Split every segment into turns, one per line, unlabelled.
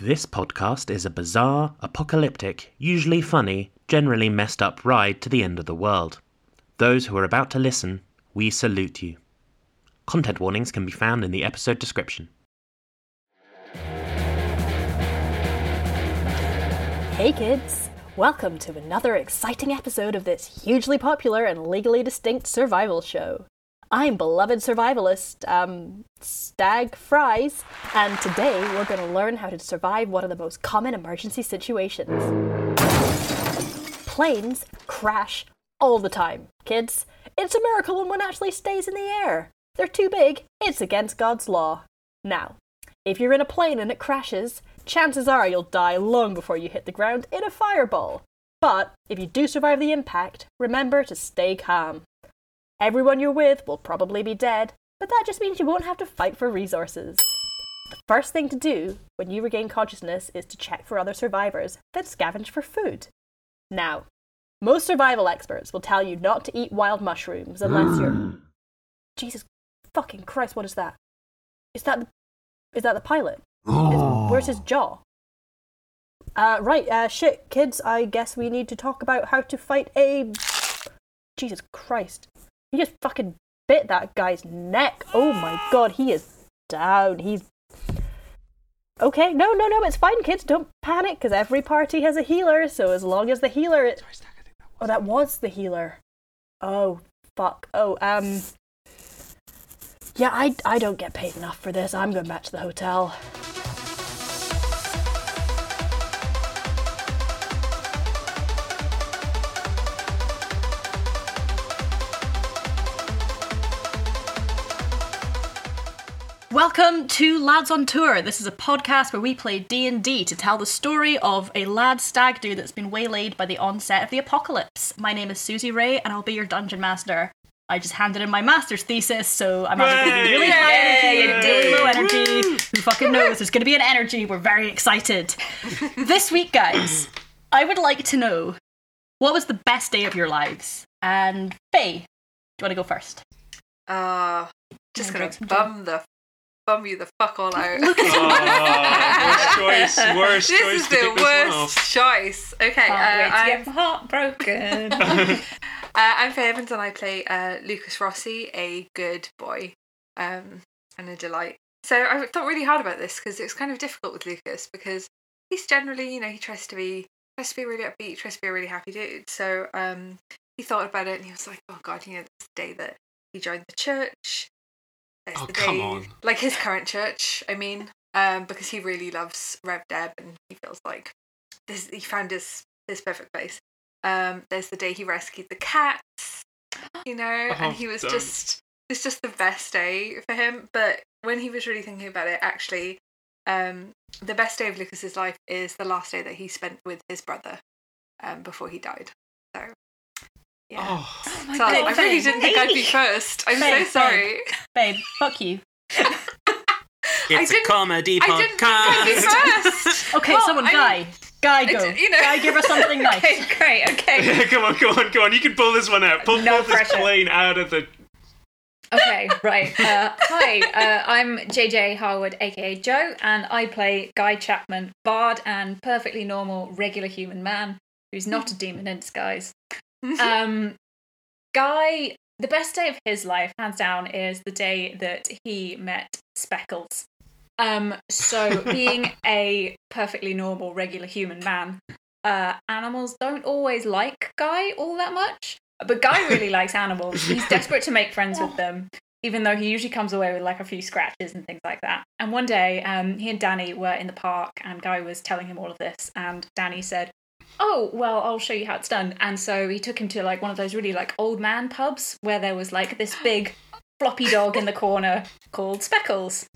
This podcast is a bizarre, apocalyptic, usually funny, generally messed up ride to the end of the world. Those who are about to listen, we salute you. Content warnings can be found in the episode description.
Hey kids! Welcome to another exciting episode of this hugely popular and legally distinct survival show. I'm beloved survivalist, um, Stag Fries, and today we're going to learn how to survive one of the most common emergency situations. Planes crash all the time, kids. It's a miracle when one actually stays in the air. They're too big, it's against God's law. Now, if you're in a plane and it crashes, chances are you'll die long before you hit the ground in a fireball. But if you do survive the impact, remember to stay calm. Everyone you're with will probably be dead, but that just means you won't have to fight for resources. The first thing to do when you regain consciousness is to check for other survivors, then scavenge for food. Now, most survival experts will tell you not to eat wild mushrooms unless you're. Jesus fucking Christ, what is that? Is that the is that the pilot? Is- where's his jaw? Uh, right, uh, shit, kids, I guess we need to talk about how to fight a. Jesus Christ. He just fucking bit that guy's neck. Oh my god, he is down. He's. Okay, no, no, no, it's fine, kids. Don't panic, because every party has a healer, so as long as the healer. Is... Oh, that was the healer. Oh, fuck. Oh, um. Yeah, I, I don't get paid enough for this. I'm going back to the hotel. Welcome to Lads on Tour. This is a podcast where we play D&D to tell the story of a lad stag do that's been waylaid by the onset of the apocalypse. My name is Susie Ray and I'll be your dungeon master. I just handed in my master's thesis, so I'm either going to be really high energy and really low energy. Who fucking knows? There's going to be an energy. We're very excited. this week, guys, I would like to know what was the best day of your lives? And Faye, do you want to go first?
Uh, just
Yeah,
gonna
drugs and
bum the bum you the fuck all out.
Oh, worst choice, worst
this
choice to
is the
pick this one
worst
off.
choice. Okay, uh, I'm, uh,
heartbroken.
I'm Faye Evans and I play uh, Lucas Rossi, a good boy, um, and a delight. So I thought really hard about this because it was kind of difficult with Lucas because he's generally, you know, he tries to be tries to be really upbeat, tries to be a really happy dude. So um, he thought about it and he was like, oh god, you know, this day that he joined the church. It's
Oh,
the
come
day-
on.
Like his current church, I mean, um, because he really loves Rev Deb and he feels like this he found his his perfect place. Um, there's the day he rescued the cats, you know,
Oh,
and he was
don't.
just it's just the best day for him. But when he was really thinking about it, actually, um, the best day of Lucas's life is the last day that he spent with his brother um, before he died. So, yeah.
Oh,
so I
God.
really didn't think I'd be first. I'm
Faye,
so sorry.
Babe, fuck you.
I
it's a
didn't-
comedy
I didn't think
podcast.
I'd be first.
Okay,
Well,
someone,
I mean,
Guy. Guy,
it's-
go.
you know-
Guy, give her something nice.
okay, great. Okay,
Yeah, come on, come on, come on. You can pull this one out. Pull,
No
pull this
pressure.
plane out of the.
okay, right. Uh, hi, uh, I'm JJ Harwood, aka Joe, and I play Guy Chapman, bard and perfectly normal, regular human man who's not a demon in disguise. Um, Guy, the best day of his life, hands down, is the day that he met Speckles. Um, so being a perfectly normal, regular human man, uh, animals don't always like Guy all that much. But Guy really likes animals. He's desperate to make friends with them, even though he usually comes away with like a few scratches and things like that. And one day, um, he and Danny were in the park, and Guy was telling him all of this, and Danny said, "Oh, well, I'll show you how it's done." And so he took him to like one of those really like old man pubs where there was like this big floppy dog in the corner called Speckles.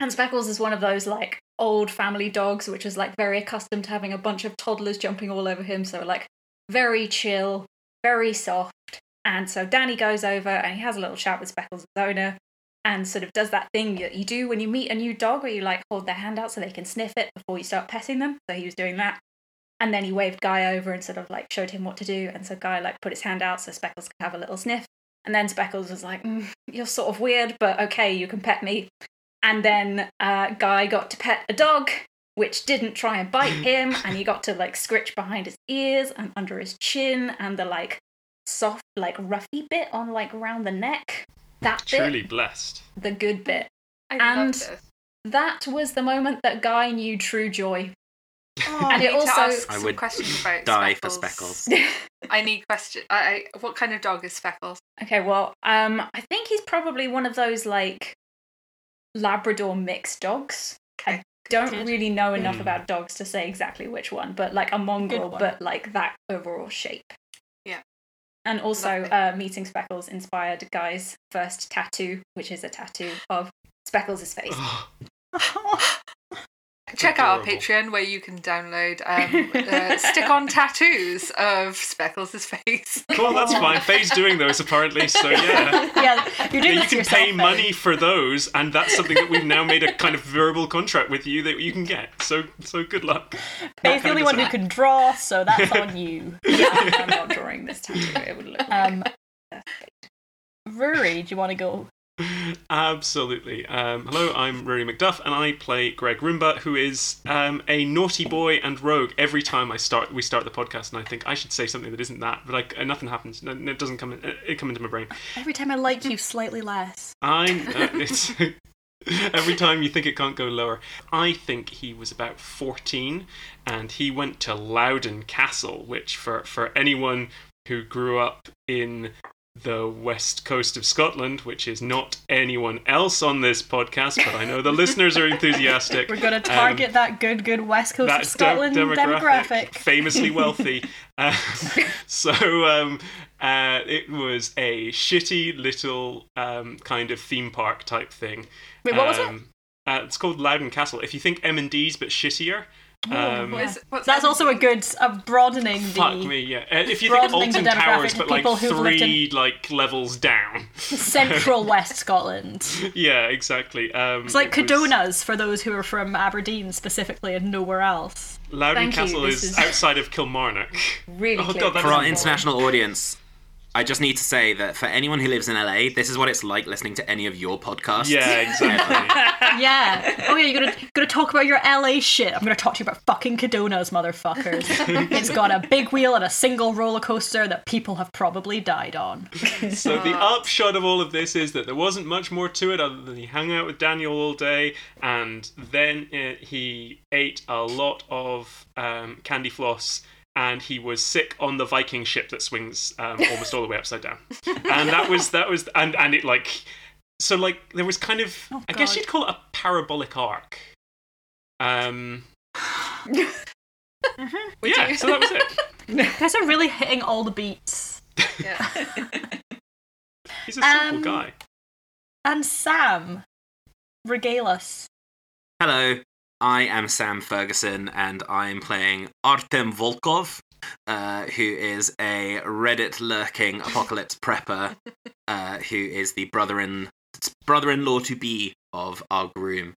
And Speckles is one of those like old family dogs, which is like very accustomed to having a bunch of toddlers jumping all over him. So like very chill, very soft. And so Danny goes over and he has a little chat with Speckles' owner and sort of does that thing that you do when you meet a new dog where you like hold their hand out so they can sniff it before you start petting them. So he was doing that. And then he waved Guy over and sort of like showed him what to do. And so Guy like put his hand out so Speckles could have a little sniff. And then Speckles was like, "Mm, You're sort of weird, but okay, you can pet me. And then uh, Guy got to pet a dog, which didn't try and bite him, and he got to like scritch behind his ears and under his chin and the like soft, like roughy bit on like round the neck. That bit,
Truly blessed.
the good bit.
I
And-
love this.
That was the moment that Guy knew true joy.
Oh,
and
I
it
need to
also-
ask
I
some
would
questions about
die for Speckles.
I need question. I, I what kind of dog is Speckles?
Okay, well, um, I think he's probably one of those like Labrador mixed dogs. I
Okay.
don't
Good.
really know enough
Mm.
about dogs to say exactly which one, but like a mongrel,
one.
but like that overall shape.
Yeah.
And also,
Lovely.
uh, meeting Speckles inspired Guy's first tattoo, which is a tattoo of Speckles' face.
Oh,
Check out our
adorable.
Patreon where you can download um, uh, stick-on tattoos of Speckles' face.
cool, that's fine. Faye's doing those apparently, so yeah.
yeah, you're
Yeah,
doing
you
that to
can
yourself,
pay
though.
money for those, and that's something that we've now made a kind of verbal contract with you that you can get. So, so good luck.
Faye's the only one who can draw, so that's on you.
Yeah, I'm not drawing this tattoo. It would look like
Um, Rory, do you want to go?
Absolutely. Um, hello, I'm Rory McDuff, and I play Greg Roomba, who is um, a naughty boy and rogue. Every time I start, we start the podcast, and I think I should say something that isn't that, but like uh, nothing happens. No, no, it doesn't come. In, uh, it- it come into my brain.
Every time I like you slightly less.
I. Uh, it's, every time you think it can't go lower. I think he was about fourteen, and he went to Loudon Castle, which for for anyone who grew up in the west coast of Scotland, which is not anyone else on this podcast, but I know the listeners are enthusiastic. Um,
We're gonna
target
target that good, good West Coast of
That's
Scotland demographic.
famously wealthy. Um, so um, uh, it was a shitty little um, kind of theme park type thing.
Wait, what was it?
Um, Uh, it's called Loudon Castle. If you think M and D's but shittier, um,
What is- what's
That's
that?
also a good a broadening the
fuck me, yeah. Uh, if you think
broadening the
Alton
demographic
Towers
of
but like
people who've lived
three like levels down,
central West Scotland.
yeah, exactly. Um,
It's like
it was-
Cadonas for those who are from Aberdeen specifically and nowhere else.
Loudon
Thank you,
Castle
this
is,
is-
outside of Kilmarnock.
really
Oh,
clear.
God, that's-
For our
Right.
international audience, I just need to say that for anyone who lives in LA, this is what it's like listening to any of your podcasts.
Yeah, exactly.
Yeah. Oh yeah, you're gonna gonna talk about your LA shit. I'm gonna talk to you about fucking Cadonas, motherfuckers. it's got a big wheel and a single roller coaster that people have probably died on.
So the upshot of all of this is that there wasn't much more to it other than he hung out with Daniel all day, and then uh, he ate a lot of um, candy floss, and he was sick on the Viking ship that swings um, almost all the way upside down, and that was that was and and it like so like there was kind of
Oh,
I guess
God.
you'd call it a parabolic arc. Um. yeah, so that was it.
Guys are really hitting all the beats.
Yeah.
He's a simple
Um,
guy.
And Sam, regale us.
Hello, I am Sam Ferguson, and I'm playing Artem Volkov, uh, who is a Reddit lurking apocalypse prepper, uh, who is the brother in brother in law to be of our groom.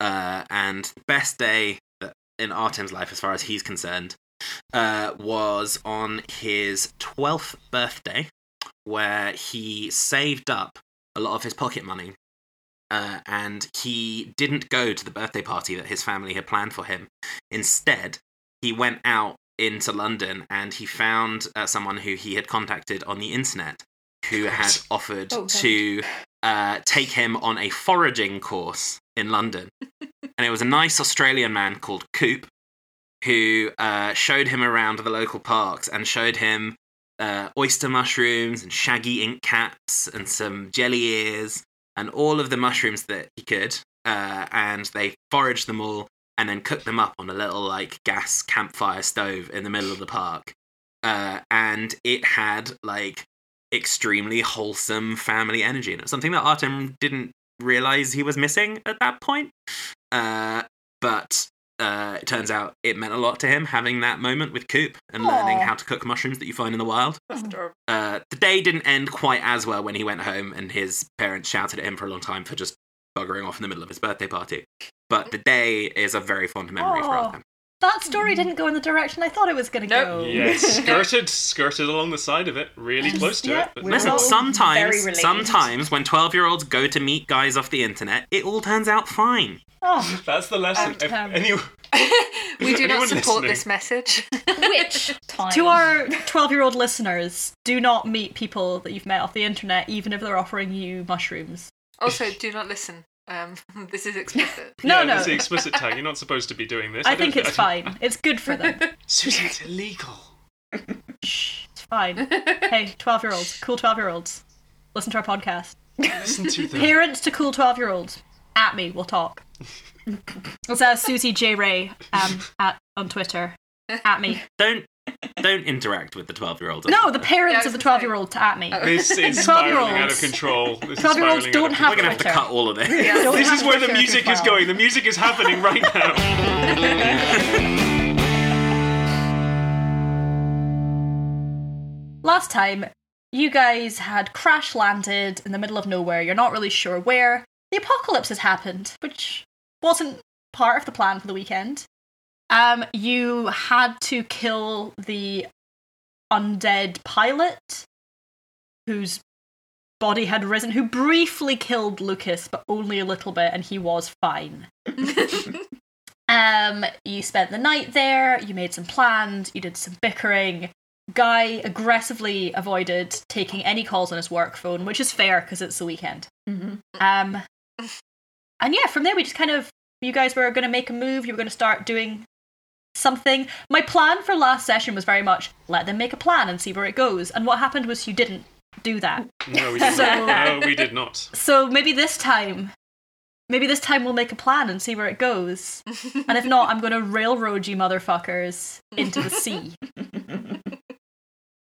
Uh, and the best day that- in Artem's life, as far as he's concerned, uh, was on his twelfth birthday, where he saved up a lot of his pocket money uh, and he didn't go to the birthday party that his family had planned for him. Instead, he went out into London and he found uh, someone who he had contacted on the internet who had offered
Oh, God.
to uh, take him on a foraging course in London. and it was a nice Australian man called Coop who uh, showed him around the local parks and showed him uh, oyster mushrooms and shaggy ink caps and some jelly ears and all of the mushrooms that he could, uh, and they foraged them all and then cooked them up on a little like gas campfire stove in the middle of the park. Uh, and it had like extremely wholesome family energy, and it was something that Artem didn't realize he was missing at that point. Uh, but uh, it turns out it meant a lot to him having that moment with Coop and learning
Aw.
how to cook mushrooms that you find in the wild.
That's adorable.
Uh, the day didn't end quite as well when he went home and his parents shouted at him for a long time for just buggering off in the middle of his birthday party. But the day is a very fond memory for
Aw.
all of them.
That story didn't go in the direction I thought it was gonna
Nope.
go.
Yeah, skirted, skirted along the side of it, really
Yes,
close to
yeah,
it. But
we're
Listen,
all
very
sometimes,
related.
sometimes when 12 year olds go to meet guys off the internet, it all turns out fine.
Oh,
That's the lesson.
Um,
If any,
we do
anyone
not support
listening?
this message.
Which time?
To our 12 year old listeners, do not meet people that you've met off the internet, even if they're offering you mushrooms.
also, do not listen. Um, this is explicit.
No,
yeah,
no.
There's the explicit tag. You're not supposed to be doing this.
I
don't
think it's
I-
fine. It's good for them.
Susie, it's illegal.
Shh, it's fine. Hey, 12 year olds, cool 12 year olds, listen to our podcast.
Listen to them.
Parents to cool 12 year olds, at me, we'll talk. It's uh, Susie J. Ray um, at, on Twitter. At me.
Don't don't interact with the twelve-year-old.
No, the
Yeah, I
parents
was
of the
gonna say. Oh,
12 year old to at me.
This is
12-year-olds.
spiraling out of control. This is
12-year-olds
spiraling
don't
out of
have
We're gonna have to
Twitter.
cut all of this.
Yeah.
Don't
This
have
is where the
Twitter if you're
music is
12.
going. The music is happening right now.
Last time, you guys had crash landed in the middle of nowhere. You're not really sure where. The apocalypse has happened, which wasn't part of the plan for the weekend. Um, you had to kill the undead pilot whose body had risen, who briefly killed Lucas, but only a little bit, and he was fine. Um, you spent the night there, you made some plans, you did some bickering. Guy aggressively avoided taking any calls on his work phone, which is fair because it's the weekend.
Mhm.
Um, and yeah, from there we just kind of you guys were going to make a move. You were going to start doing something. My plan for last session was very much let them make a plan and see where it goes. And what happened was you didn't do that.
No, we did
So-
not. No, we did not.
So maybe this time, maybe this time we'll make a plan and see where it goes. And if not, I'm going to railroad you motherfuckers into the sea.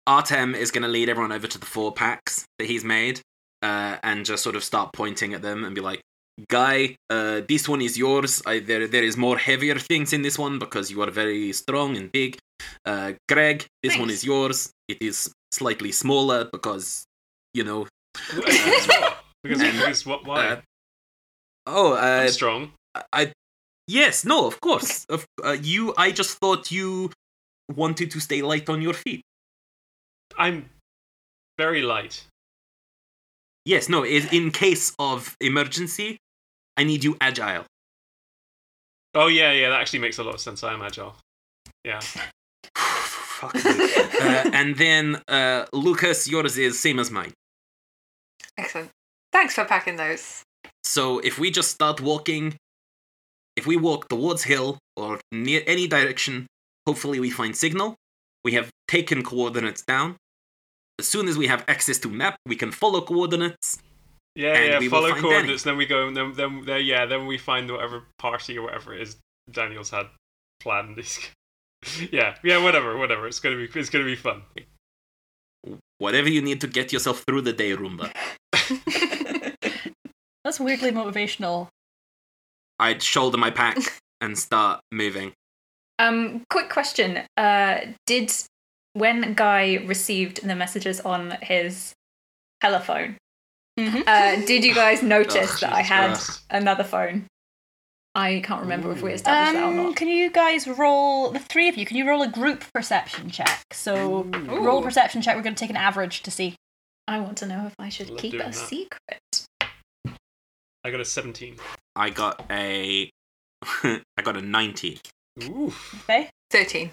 Artem is going to lead everyone over to the four packs that he's made uh, and just sort of start pointing at them and be like, Guy, uh, this one is yours. I, there, there is more heavier things in this one because you are very strong and big. Uh, Greg, this one
Thanks.
is yours. It is slightly smaller because, you know.
Because what? Because, because what? Why?
uh, oh,
I'm
uh,
strong.
I. Yes, no, of course. Of, uh, you, I just thought you wanted to stay light on your feet.
I'm very light.
Yes, no, i- in case of emergency, I need you agile.
Oh yeah, yeah. That actually makes a lot of sense. I am agile. Yeah.
Fuck me. uh, and then, uh, Lucas, yours is same as mine.
Excellent. Thanks for packing those.
So if we just start walking, if we walk towards hill or near any direction, hopefully we find signal. We have taken coordinates down. As soon as we have access to map, we can follow coordinates.
Yeah,
And
yeah.
we will
follow
find
coordinates, then we go, and then, then, then, yeah, then we find whatever party or whatever it is Daniel's had planned. yeah, yeah, whatever, whatever. It's gonna be, it's gonna be fun.
Whatever you need to get yourself through the day, Roomba.
That's weirdly motivational.
I'd shoulder my pack and start moving.
Um, quick question. Uh, did when Guy received the messages on his telephone,
Mhm.
uh, did you guys notice
Oh,
Ugh,
that I
Jesus
had
Christ.
another phone? I can't remember if we established that or
Um,
not.
can you guys roll the three of you? Can you roll a group perception check? So roll
Ooh.
perception check. We're going to take an average to see.
I want to know if I should
Love
keep
doing
a
that.
secret.
I got a seventeen.
I got a, I got a ninety.
Ooh.
Okay.
13.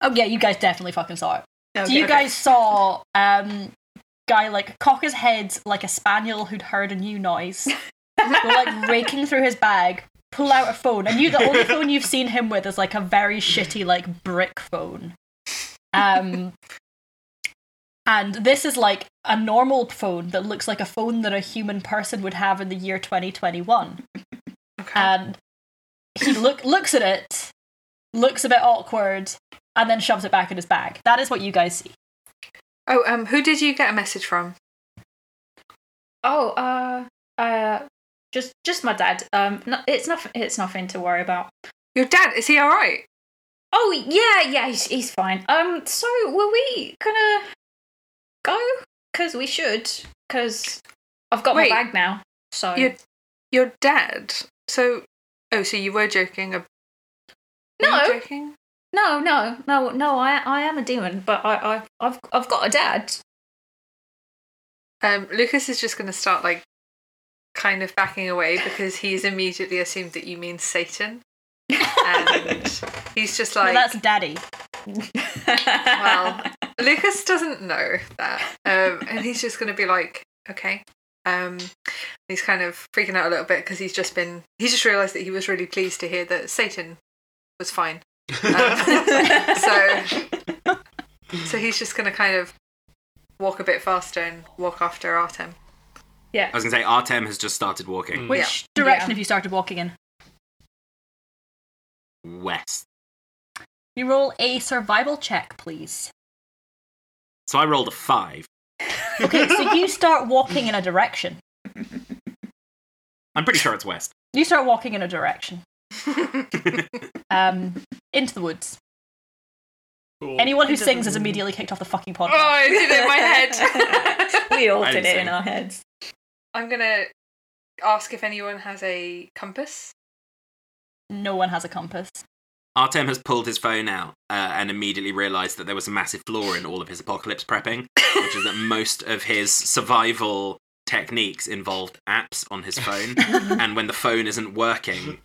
Oh yeah, you guys definitely fucking saw it. so
Okay.
you
okay.
guys saw um guy like cock his head like a spaniel who'd heard a new noise, go like raking through his bag, pull out a phone, and you the only phone you've seen him with is like a very shitty like brick phone. Um. And this is like a normal phone that looks like a phone that a human person would have in the year 2021
Okay.
and he look looks at it, looks a bit awkward, and then shoves it back in his bag. That is what you guys see.
oh, um, who did you get a message from?
Oh, uh, uh, just just my dad. Um, no, it's nothing. It's nothing to worry about.
Your dad, is he alright?
Oh yeah, yeah, he's, he's fine. Um, so were we gonna go? Cause we should. Cause I've got
Wait.
my bag now. So
Your, your dad? So, oh, so you were joking. ab- were you
No.
joking?
no, no, no, no. I I am a demon, but I, I I've I've got a dad.
Um, Lucas is just going to start, like, kind of backing away because he's immediately assumed that you mean Satan. and he's just
Well,
like,
that's daddy.
well, Lucas doesn't know that, um, and he's just going to be like, okay. Um, he's kind of freaking out a little bit because he's just been, he just realised that he was really pleased to hear that Satan was fine. Um, so, so he's just going to kind of walk a bit faster and walk after Artem.
yeah.
I was gonna say Artem has just started
Hmm,
walking
Which
Yeah.
direction
Yeah.
have you started walking in?
Mm.
west.
You roll a survival check, please.
So I rolled a five.
Okay, so you start walking in a direction.
I'm pretty sure it's west.
You start walking in a direction. um, into the woods.
Cool.
Anyone who sings is immediately kicked off the fucking
Oh,
podcast.
I did it in my head.
we all
I
did
didn't
it
say.
in our heads.
I'm gonna ask if anyone has a compass.
No one has a compass.
Artem has pulled his phone out uh, and immediately realised that there was a massive flaw in all of his apocalypse prepping, which is that most of his survival techniques involved apps on his phone. and when the phone isn't working,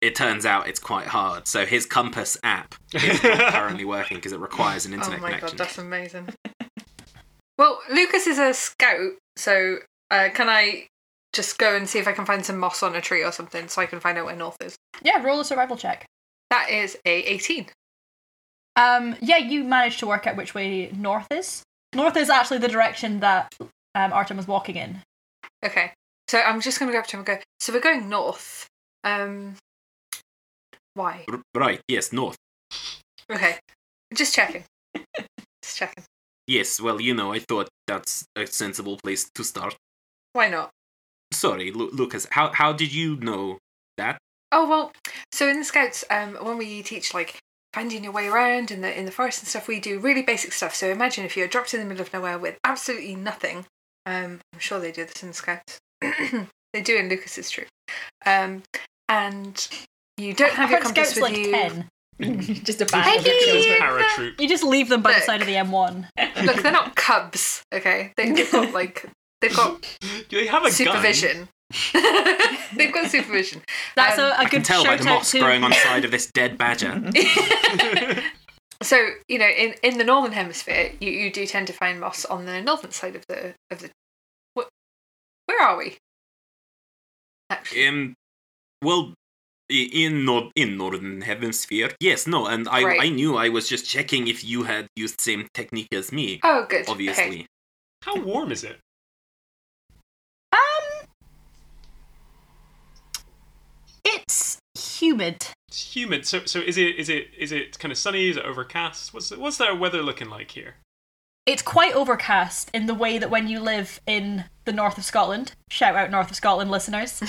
it turns out it's quite hard. So his compass app is not currently working because it requires an internet
oh my
connection.
god, that's amazing. well, Lucas is a scout, so uh, can I just go and see if I can find some moss on a tree or something so I can find out where north is?
Yeah, roll a survival check.
That is a 18.
Um, yeah, you managed to work out which way north is. North is actually the direction that um, Artem was walking in.
Okay, so I'm just gonna go up to him and go. So we're going north. Um, why?
R- right, yes, north.
Okay, just checking. just checking.
Yes, well, you know, I thought that's a sensible place to start.
Why not?
Sorry, Lu- Lucas, how, how did you know that?
Oh well, so in the scouts, um, when we teach like finding your way around in the in the forest and stuff, we do really basic stuff. So imagine if you're dropped in the middle of nowhere with absolutely nothing. Um, I'm sure they do this in the scouts. they do in Lucas's troop. Um, and you don't have your
Heard
compass
scouts
with
like
you.
ten.
Just a band of
Peggy!
children.
paratroop.
You just leave them by the
Look.
side of the M1.
Look, they're not cubs. Okay, they, they've got like they've got
Do they have a Gun?
supervision. they've got supervision.
That's
Um,
a, a
I can
good
tell by
shout
the
out
moss
to.
growing on the side of this dead badger.
So you know, in, in the northern hemisphere, you, you do tend to find moss on the northern side of the of the. What, where are we? Actually,
Um, well, i- in nor- in northern hemisphere, yes, no, and I
Right.
I knew I was just checking if you had used same technique as me.
oh, good.
Obviously,
Okay.
How warm is it?
Um, it's humid.
It's humid. So so is it is it is it kind of sunny? Is it overcast? What's what's their weather looking like here?
it's quite overcast in the way that when you live in the north of Scotland, shout out north of Scotland listeners,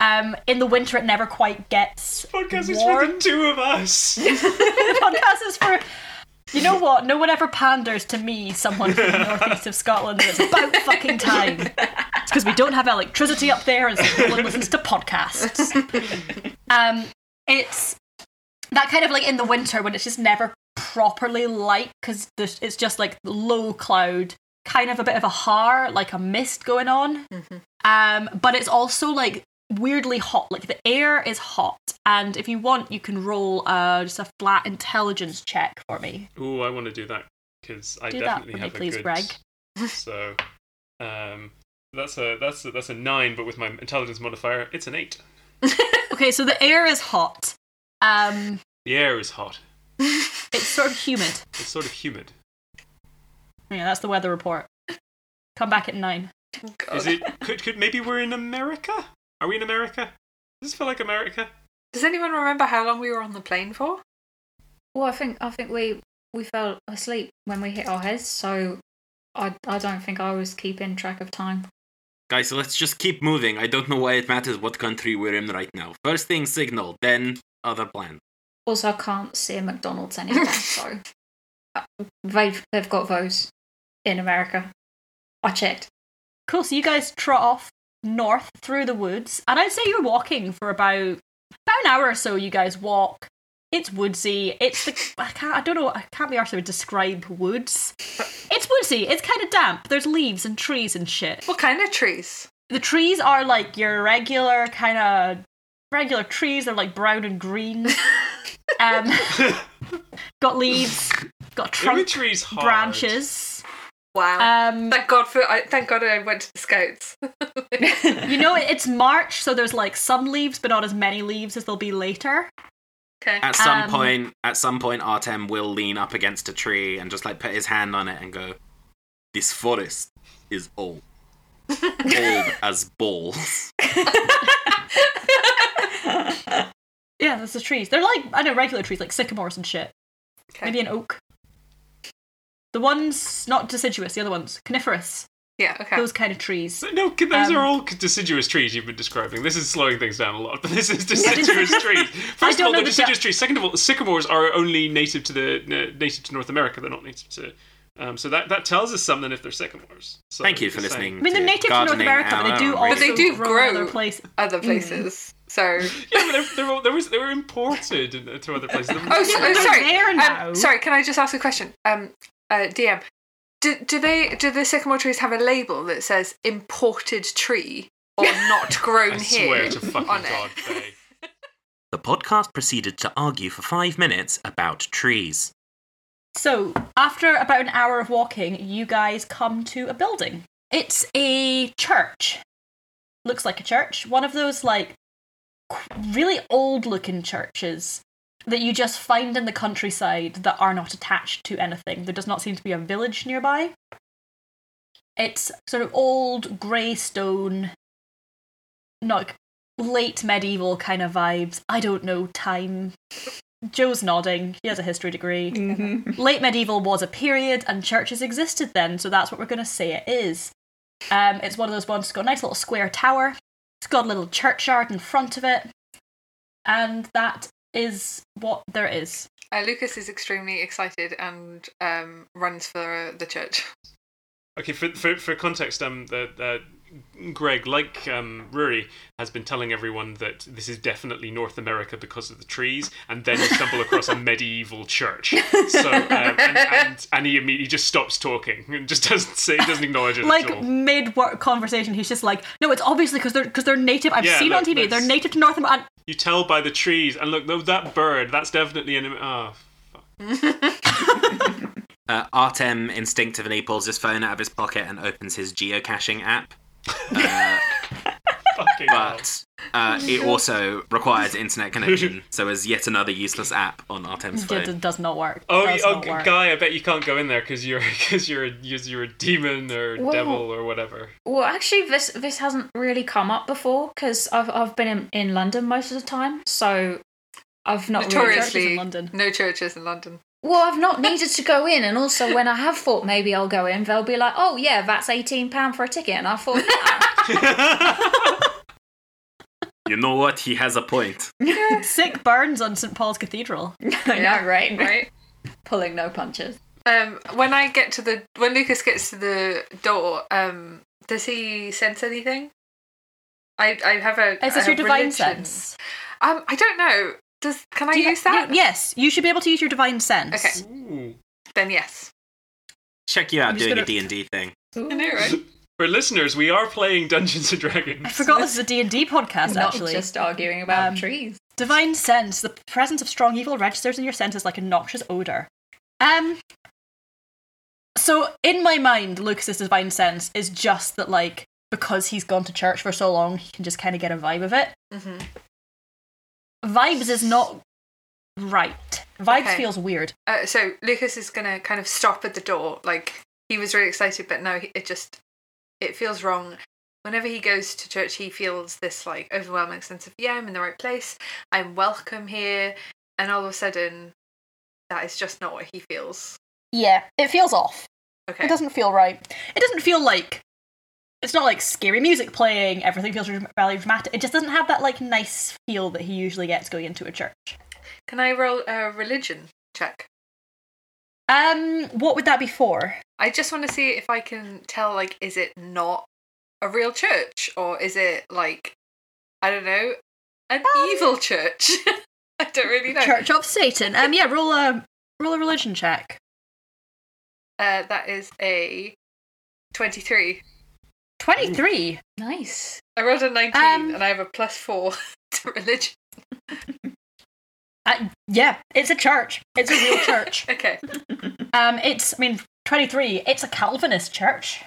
um, in the winter it never quite gets
Podcast is for
warm.
the two of us.
The podcast is for. You know what? No one ever panders to me, someone from the northeast of Scotland. and It's about fucking time. It's because we don't have electricity up there, and so no one listens to podcasts. Um, it's that kind of like in the winter when it's just never properly light because it's just like low cloud, kind of a bit of a har, like a mist going on. Um, but it's also like weirdly hot. Like the air is hot, and if you want, you can roll uh, just a flat intelligence check for me.
Ooh, I want to do that because I
Do that
definitely
for me,
have a
please,
good.
Greg.
So, um, that's a that's a, that's a nine, but with my intelligence modifier, it's an eight.
Okay, so the air is hot. Um,
The air is hot.
it's sort of humid.
It's sort of humid.
Yeah, that's the weather report. Come back at nine.
God.
Is it? Could could maybe we're in America? Are we in America? Does this feel like America?
Does anyone remember how long we were on the plane for?
Well, I think I think we we fell asleep when we hit our heads, so I I don't think I was keeping track of time.
guys, let's just keep moving. I don't know why it matters what country we're in right now. First thing, signal, then other plan.
Also, I can't see a McDonald's anywhere, so uh, they've they've got those in America. I checked.
Cool. So you guys trot off north through the woods, and I'd say you're walking for about about an hour or so. You guys walk. It's woodsy. It's the I can't. I don't know. I can't be arsed to describe woods. It's woodsy. It's kind of damp. There's leaves and trees and shit.
What kind of trees?
The trees are like your regular kind of regular trees. They're like brown and green. um, got leaves. Got trunk
Imagery's hard.
branches.
Wow.
Um,
thank God for I, thank God I went to the Scouts.
you know, it- it's March, so there's like some leaves, but not as many leaves as there'll be later.
Okay.
At some
Um,
point, at some point, Artem will lean up against a tree and just like put his hand on it and go, "This forest is old, old as balls."
Yeah, that's the trees. They're like I know regular trees, like sycamores and shit.
Okay.
Maybe an oak. The ones not deciduous, the other ones coniferous.
Yeah. Okay.
Those kind of trees.
So, no, c- those
Um,
are all deciduous trees you've been describing. This is slowing things down a lot, but this is deciduous trees. First
don't
of
know
all, they're
the
deciduous
di-
trees. Second of all, sycamores are only native to the na- native to North America. They're not native to. Um, so that, that tells us something if they're sycamores. So
Thank you
it's
for
the
listening.
same.
I mean, they're native to North America, but they do also
But they do
grow in
grow.
other places.
Other places. So.
Yeah, but they're, they're all, there was, they were imported in- to other places.
Oh, so, oh
they're
sorry.
there
Um,
now.
sorry. Can I just ask a question? Um, uh, DM. Do, do they do the sycamore trees have a label that says imported tree or not grown
I
here?
swear to fucking
on it?
God, Faye.
The podcast proceeded to argue for five minutes about trees.
So, after about an hour of walking, you guys come to a building. It's a church. Looks like a church. One of those, like, qu- really old looking churches that you just find in the countryside that are not attached to anything. There does not seem to be a village nearby. It's sort of old grey stone, like late medieval kind of vibes. I don't know time. Joe's nodding. He has a history degree. Late medieval was a period and churches existed then, so that's what we're going to say it is. Um, it's one of those ones, it's got a nice little square tower, it's got a little churchyard in front of it, and that is what there is.
Uh, Lucas is extremely excited and um, runs for the church.
Okay, for, for, for context, um, the, uh, Greg, like um, Ruri, has been telling everyone that this is definitely North America because of the trees, and then you stumble across a medieval church. So, um, and, and, and he immediately just stops talking and just doesn't say, doesn't acknowledge it at
Like
all.
mid work conversation, he's just like, no, it's obviously because they're, cause they're native. I've
Yeah,
seen
look,
on TV, they're
that's-
native to North America.
You tell by the trees, and look, though, that bird, that's definitely an. Oh,
Uh, Artem instinctively pulls his phone out of his pocket and opens his geocaching app. Uh,
fucking hell.
but uh, it also requires internet connection, so is yet another useless app on Artem's
It d-
phone.
does not work.
Oh,
does
y- oh
not work.
guy, I bet you can't go in there because you're because you're a, you're a demon or
Well-
devil or whatever.
Well, actually, this this hasn't really come up before because I've I've been in, in London most of the time, so I've
Oh,
not really.
Churches
Notoriously,
in London.
no churches in London.
Well, I've not needed to go in, and also when I have thought maybe I'll go in, they'll be like, "Oh yeah, that's eighteen pound for a ticket," and I thought, yeah.
You know what? He has a point.
Sick burns on St. Paul's Cathedral.
I
Yeah,
know, right?
Right.
Pulling no punches.
Um, when I get to the when Lucas gets to the door, um, does he sense anything? I I have a.
Is this
a
your divine
Uh, religion.
sense?
Um, I don't know. Does can I
Do you-
use that?
you- yes, you should be able to use your divine sense.
Okay. Hmm.
Ooh.
Then yes.
Check you out
I'm just
doing a
gonna-
D&D thing.
I know, right?
For listeners, we are playing Dungeons and
I
Dragons.
forgot this is a D&D podcast,
not
actually.
just arguing about
Um,
trees.
Divine sense. The presence of strong evil registers in your senses like a noxious odor. Um. So in my mind, Lucas's divine sense is just that, like, because he's gone to church for so long, he can just kind of get a vibe of it.
Mhm.
Vibes is not right. Vibes
Okay.
feels weird.
Uh, so Lucas is gonna kind of stop at the door. Like he was really excited, but no, he- it just it feels wrong. Whenever he goes to church, he feels this like overwhelming sense of yeah, I'm in the right place. I'm welcome here, and all of a sudden, that is just not what he feels.
Yeah, it feels off.
Okay.
It doesn't feel right. It doesn't feel like it's not like scary music playing. Everything feels dram- really dramatic. It just doesn't have that like nice feel that he usually gets going into a church.
Can I roll a religion check?
Um, what would that be for?
I just want to see if I can tell. Like, is it not a real church, or is it like I don't know, an evil church? I don't really know.
Um, Church of Satan. Um, yeah, roll a roll a religion check.
Uh, that is a 23.
Twenty three.
Nice.
I rolled a 19
Um,
and I have a plus 4 It's a religion.
I, Uh, yeah, it's a church. It's a real church.
Okay.
Um, it's, I mean, 23, it's a Calvinist church.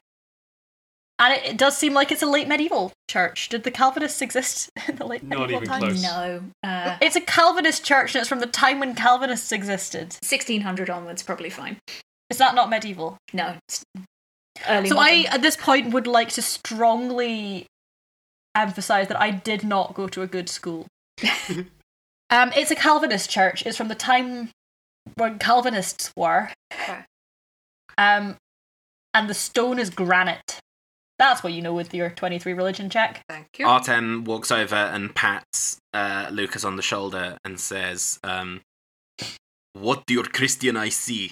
And it, it does seem like it's a late medieval church. Did the Calvinists exist in the late
Not
medieval
even
times?
close.
No. Uh,
It's a Calvinist church and it's from the time when Calvinists existed.
1600 onwards, probably fine.
Is that not medieval?
No. it's Early
So
modern.
I, at this point, would like to strongly emphasize that I did not go to a good school. um, it's a Calvinist church. It's from the time when Calvinists were.
Okay.
Um, and the stone is granite. That's what you know with your 23 religion check.
Thank you.
Artem walks over and pats uh, Lucas on the shoulder and says, um, What do your Christian eyes see?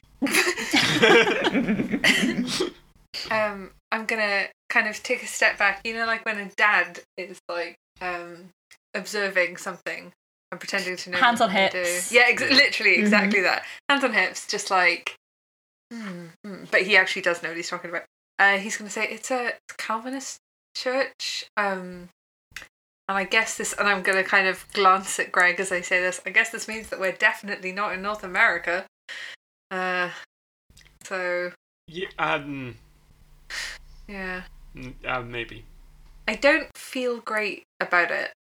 um, I'm gonna kind of take a step back. You know, like when a dad is like um, observing something and pretending to know.
Hands
what
on
they do.
hips. Mm-hmm.
Yeah, ex- literally, exactly that. Hands on hips, just like. Hmm, hmm. But he actually does know what he's talking about. Uh, he's gonna say it's a Calvinist church. Um, and I guess this, and I'm gonna kind of glance at Greg as I say this. I guess this means that we're definitely not in North America. Uh, so
yeah, um,
yeah.
n- uh, maybe.
I don't feel great about it.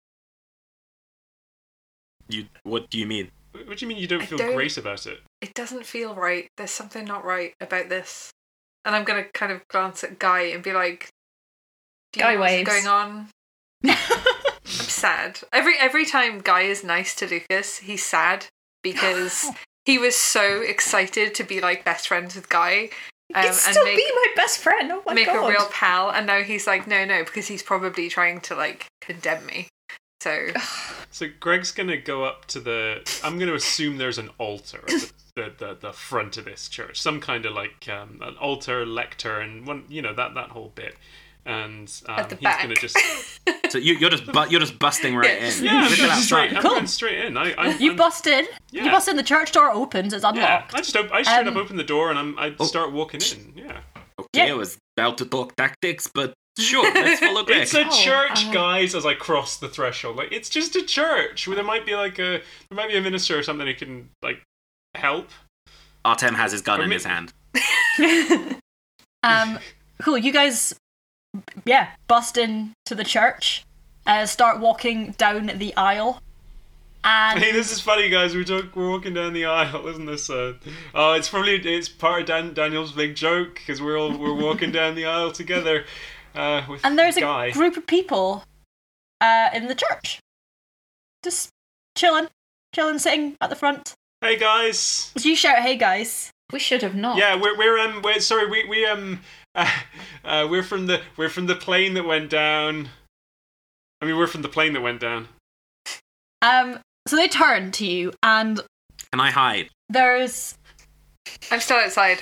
You, what do you mean?
Wh- What do you mean you don't
I
feel
don't-
great about it?
It doesn't feel right. There's something not right about this. And I'm going to kind of glance at Guy and be like, Do you
Guy
know what's
waves.
going on? I'm sad. Every every time Guy is nice to Lucas, he's sad because he was so excited to be like best friends with Guy. um,
You'd still be my best friend. Oh my
make
god.
a real pal and now he's like no no because he's probably trying to like condemn me so
So Greg's gonna go up to the. I'm gonna assume there's an altar at the, the, the, the front of this church, some kind of like um, an altar, lectern, and one you know that that whole bit. And um,
at the
he's
back
gonna just
So you, you're just bu- you're just busting right in.
yeah, I'm
Look at
going
that
straight.
sign.
I'm
Cool.
going straight in. I, I,
You
I'm-
bust in. You
Yeah.
bust in. The church door opens. It's
Yeah,
unlocked.
I just op- I straight
Um,
up open the door and I'm I
Oh.
start walking in. Yeah,
Okay,
Yeah.
I was about to talk tactics, but sure, let's follow Greg.
it's a
Oh,
church,
uh,
guys. As I cross the threshold, like it's just a church. Where there might be like a there might be a minister or something who can like help.
Artem has his gun
Or
in
me-
his hand.
Um, cool. You guys, yeah, bust in to the church. Uh, start walking down the aisle. Um, And
Hey, this is funny, guys. We're, talk- we're walking down the aisle, isn't this? Uh, oh, it's probably it's part of Dan- Daniel's big joke because we're all we're walking down the aisle together. Uh, with
and there's a
guy.
group of people uh, in the church, just chilling, chilling, sitting at the front.
hey, guys.
So you shout, "Hey guys!"
We should have not.
Yeah, we're we're um we're sorry we we um uh, uh, we're from the we're from the plane that went down. I mean, we're from the plane that went down.
Um, so they turn to you, and
Can I hide?
there's
i'm still outside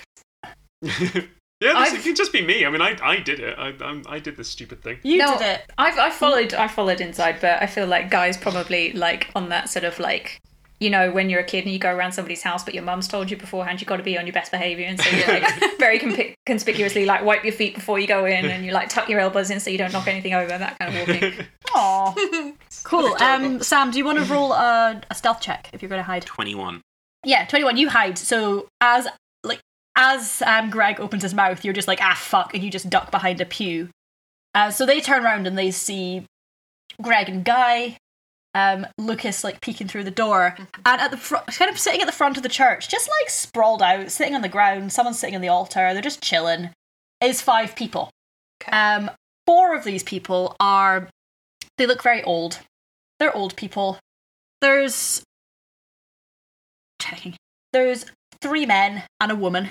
Yeah, this,
I've-
it could just be me. I mean, I I did it. I I'm, I did this stupid thing.
you
No,
did it.
I've, I followed I followed inside, but I feel like guys probably like on that sort of like you know when you're a kid and you go around somebody's house, but your mum's told you beforehand you got to be on your best behaviour, and so you like very compi conspicuously like wipe your feet before you go in, and you like tuck your elbows in so you don't knock anything over, that kind of walking.
Aww. cool. Um, Sam, do you want to roll a, a stealth check if you're going to hide?
Twenty-one.
Yeah, 21, you hide. So as like as um Greg opens his mouth, you're just like, ah fuck, and you just duck behind a pew. Uh, so they turn around and they see Greg and Guy, um, Lucas like peeking through the door, and at the front kind of sitting at the front of the church, just like sprawled out, sitting on the ground, someone's sitting on the altar, they're just chilling, is five people.
Okay.
Um four of these people are they look very old. They're old people. There's checking. There's three men and a woman.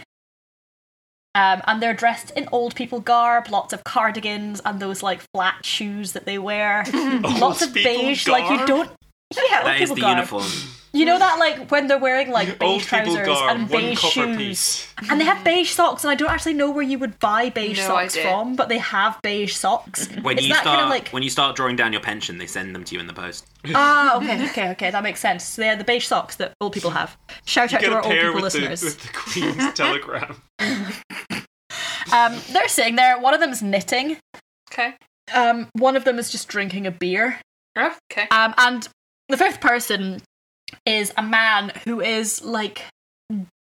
Um, and they're dressed in old people garb, lots of cardigans and those like flat shoes that they wear. lots
Old
of
people
beige, like you
garb?
don't. Yeah, old
That is
people
the
garb.
uniform.
You know that like when they're wearing like beige
Old people
trousers
garb,
and
one
beige
copper
shoes,
piece.
and they have beige socks. And I don't actually know where you would buy beige
No
socks
idea.
from, but they have beige socks.
When
it's
you
that
start
kind of like
when you start drawing down your pension, they send them to you in the post.
ah, okay, okay, okay, that makes sense. So they're the beige socks that old people have. Shout out
Get
to
a
our old
pair
people
with the,
listeners.
with the Queen's telegram.
Um, they're sitting there. One of them is knitting.
okay
Um, one of them is just drinking a beer.
okay
Um, and The fifth person is a man who is like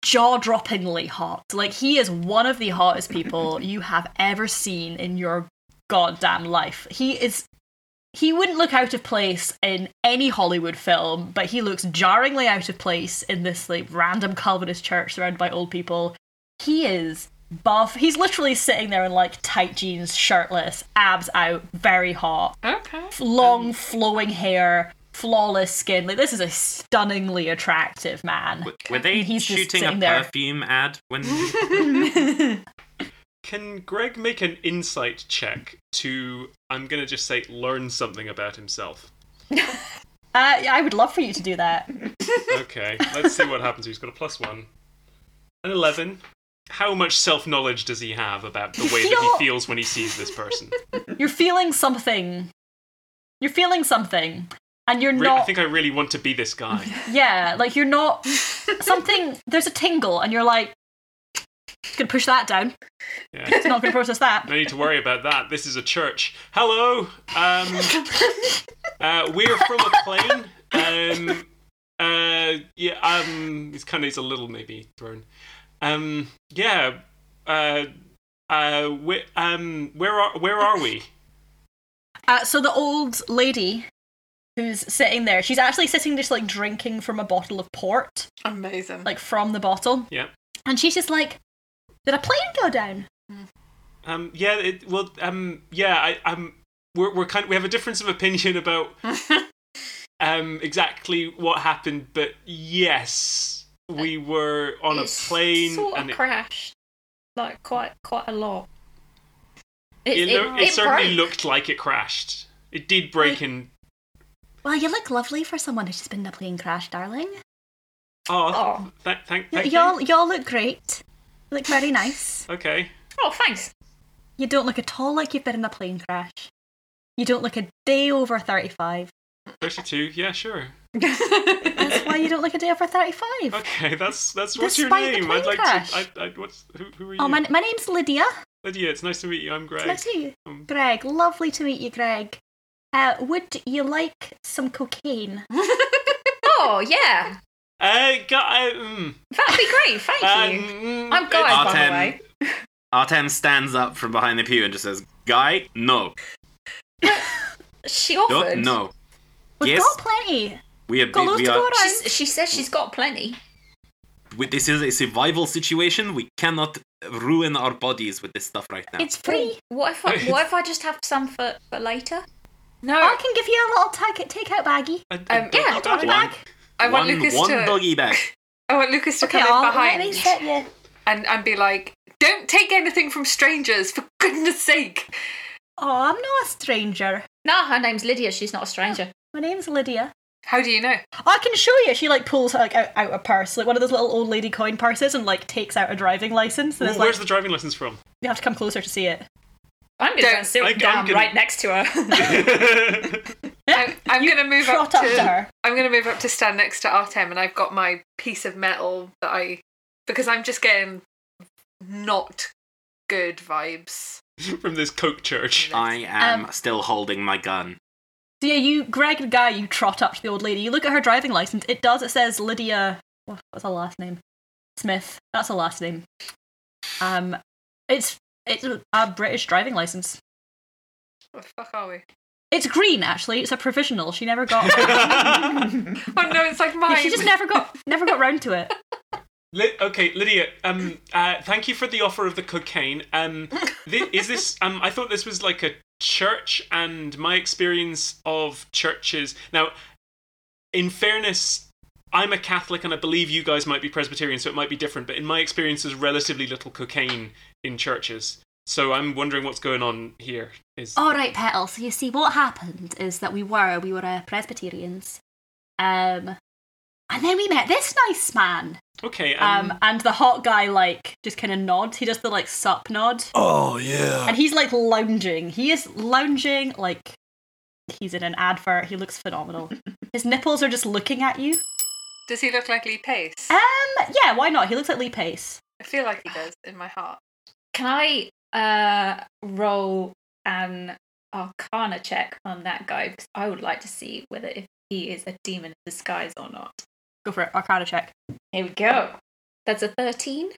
jaw droppingly hot. Like, he is one of the hottest people you have ever seen in your goddamn life. He is. He wouldn't look out of place in any Hollywood film, but he looks jarringly out of place in this like random Calvinist church surrounded by old people. He is buff. He's literally sitting there in like tight jeans, shirtless, abs out, very hot,
Okay.
long flowing hair, flawless skin. Like this is a stunningly attractive man. Uh,
W- Were they
He's just
shooting a
sitting there.
perfume ad when?
Can Greg make an insight check to, I'm going to just say, learn something about himself?
Uh, yeah, I would love for you to do that.
Okay, let's see what happens. He's got a plus one. An 11. How much self knowledge does he have about the way that
Feel-
he feels when he sees this person?
You're feeling something. You're feeling something, and you're
Re- I
not.
think I really want to be this guy.
Yeah, like you're not. Something. There's a tingle, and you're like. Gonna push that down.
Yeah.
It's not gonna process that.
No need to worry about that. This is a church. Hello. Um, uh, we're from a plane. Um, uh, yeah. Um, he's kind of he's a little maybe thrown. Um, yeah. Uh, uh, where, um, where are where are we?
Uh, so the old lady who's sitting there, she's actually sitting just like drinking from a bottle of port,
Amazing.
like from the bottle.
Yeah.
And she's just like, Did a plane go down?
Um, yeah. It, well. Um, yeah. I, I'm. We're we're kind. we have a difference of opinion about um exactly what happened, but yes, we were on a
It's
plane
sort of
and it
crashed like quite quite a lot. It,
it, lo- it, certainly
broke.
looked like it crashed. It did break in.
Well, you look lovely for someone who's just been in a plane crash, darling.
Oh,
Oh.
th- thank,
Y-
thank
y'all,
you.
y'all look great. You look very nice.
Okay.
Oh, thanks.
You don't look at all like you've been in a plane crash. You don't look a day over 35.
32. Yeah, sure.
That's why you don't look a day over 35.
Okay, that's that's what's
Despite the
your name?
plane
I'd like
crash.
to. I, I, what's who, who are you?
Oh, my, my name's Lydia.
Lydia, it's nice to meet you. I'm Greg.
Nice to meet you,
Um,
Greg. Lovely to meet you, Greg. Uh, would you like some cocaine?
Oh yeah,
Uh, gu- I, mm,
that'd be great. Thank you.
um,
I'm Guy,
it's-
by
Artem.
the way.
Artem stands up from behind the pew and just says, "Guy, no,
She
no,
offered.
no.
We've
Yes.
got plenty.
We are.
Got loads
we
to
are
go around.
She's, she says she's got plenty.
we- this is a survival situation. We cannot ruin our bodies with this stuff right now.
It's free.
What if I, what if I just have some for, for later?
I
no,
can give you a little take- takeout baggie.
a- a
Um,
doggy
yeah,
bag?
Doggy
one-
bag.
I want
one,
Lucas
one
to.
doggy bag.
I want Lucas to
Okay,
come in
I'll let
behind
me set you.
and and be like, "Don't take anything from strangers, for goodness sake."
Oh, I'm not a stranger.
Nah, her name's Lydia. She's not a stranger.
My name's Lydia.
How do you know?
I can show you. She like pulls like out, out a purse, like one of those little old lady coin purses, and like takes out a driving license. And
Ooh,
there's like
where's the driving lessons from?
you have to come closer to see it.
I'm gonna
Don't-
go and sit
I- I'm
down
gonna-
right next to her.
I'm, I'm gonna move
Trot
up to.
up to her.
I'm gonna move up to stand next to Artem, and I've got my piece of metal that I because I'm just getting not good vibes.
from this Coke church.
I am
Um,
still holding my gun.
So yeah, you, Greg and Guy, you trot up to the old lady. You look at her driving license. It does. It says Lydia. What was her last name? Smith. That's her last name. Um, it's it's a British driving license.
What the Oh, fuck are we?
It's green, actually. It's a provisional. She never got.
Oh no, it's like mine.
she just never got never got round to it.
Li- okay, Lydia. Um, uh, thank you for the offer of the cocaine. Um, thi- is this? Um, I thought this was like a church, and my experience of churches. Now, in fairness, I'm a Catholic, and I believe you guys might be Presbyterian, so it might be different. But in my experience, there's relatively little cocaine in churches. So I'm wondering what's going on here. Is
All right, Petal. So you see, what happened is that we were we were uh, Presbyterians, um, and then we met this nice man.
okay. Um,
Um, and the hot guy like just kind of nods. He does the like sup nod. Oh
Uh.
yeah. And he's like lounging. He is lounging like he's in an advert. He looks phenomenal. His nipples are just looking at you.
Does he look like Lee Pace?
Um, yeah, why not? He looks like Lee Pace.
I feel like he does in my heart.
Can I uh, roll an arcana check on that guy because I would like to see whether if he is a demon in disguise or not.
Go for it. Arcana check.
Here we go. That's a 13.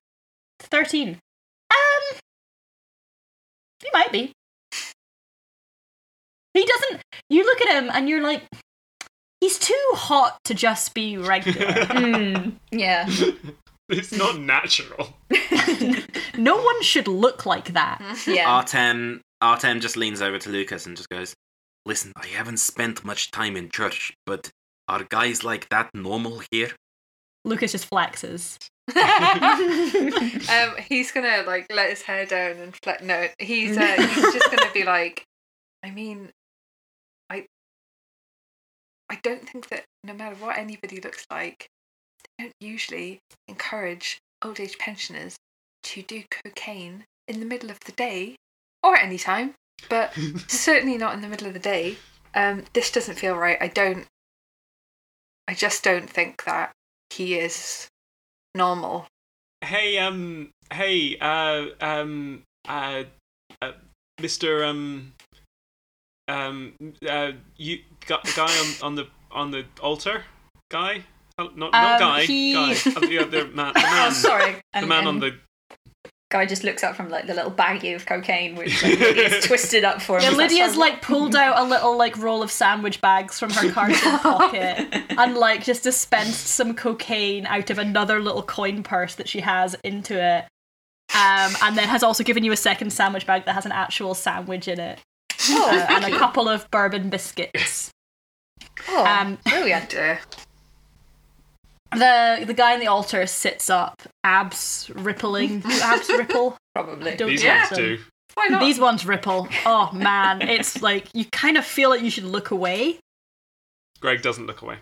13. Um, he might be. He doesn't. You look at him and you're like, he's too hot to just be regular.
Mm, yeah.
it's not natural.
no one should look like that.
Hmm.
Yeah.
Artem Artem just leans over to Lucas and just goes, "Listen, I haven't spent much time in church, but are guys like that normal here?"
Lucas just flexes.
um, he's gonna like let his hair down and flat. No, he's uh, he's just gonna be like, I mean, I, I don't think that no matter what anybody looks like, they don't usually encourage old age pensioners to do cocaine in the middle of the day or at any time, but certainly not in the middle of the day. Um, this doesn't feel right. I don't. I just don't think that he is normal.
Hey, um, hey, uh, um, uh, uh Mr. Um, um, uh, you got the guy on, on the on the altar, guy, oh, not
Um,
not guy,
he-
guy, oh, the other man, the
Oh,
man,
sorry.
Um, the
And-
man on
and
the.
guy just looks up from like the little baggie of cocaine, which like, Lydia's twisted up for him.
Yeah,
He's "Oh,
Lydia's
"Sorry,
like pulled out a little like roll of sandwich bags from her carton pocket and like just dispensed some cocaine out of another little coin purse that she has into it. Um, and then has also given you a second sandwich bag that has an actual sandwich in it uh, and a couple of bourbon biscuits.
Oh,
Um,
brilliant.
Dear.
the the guy in the altar sits up, abs rippling. Do abs ripple?
Probably.
Don't
These
think
ones
so.
do.
Why not?
These ones ripple. Oh man, it's like you kind of feel like you should look away.
Greg doesn't look away.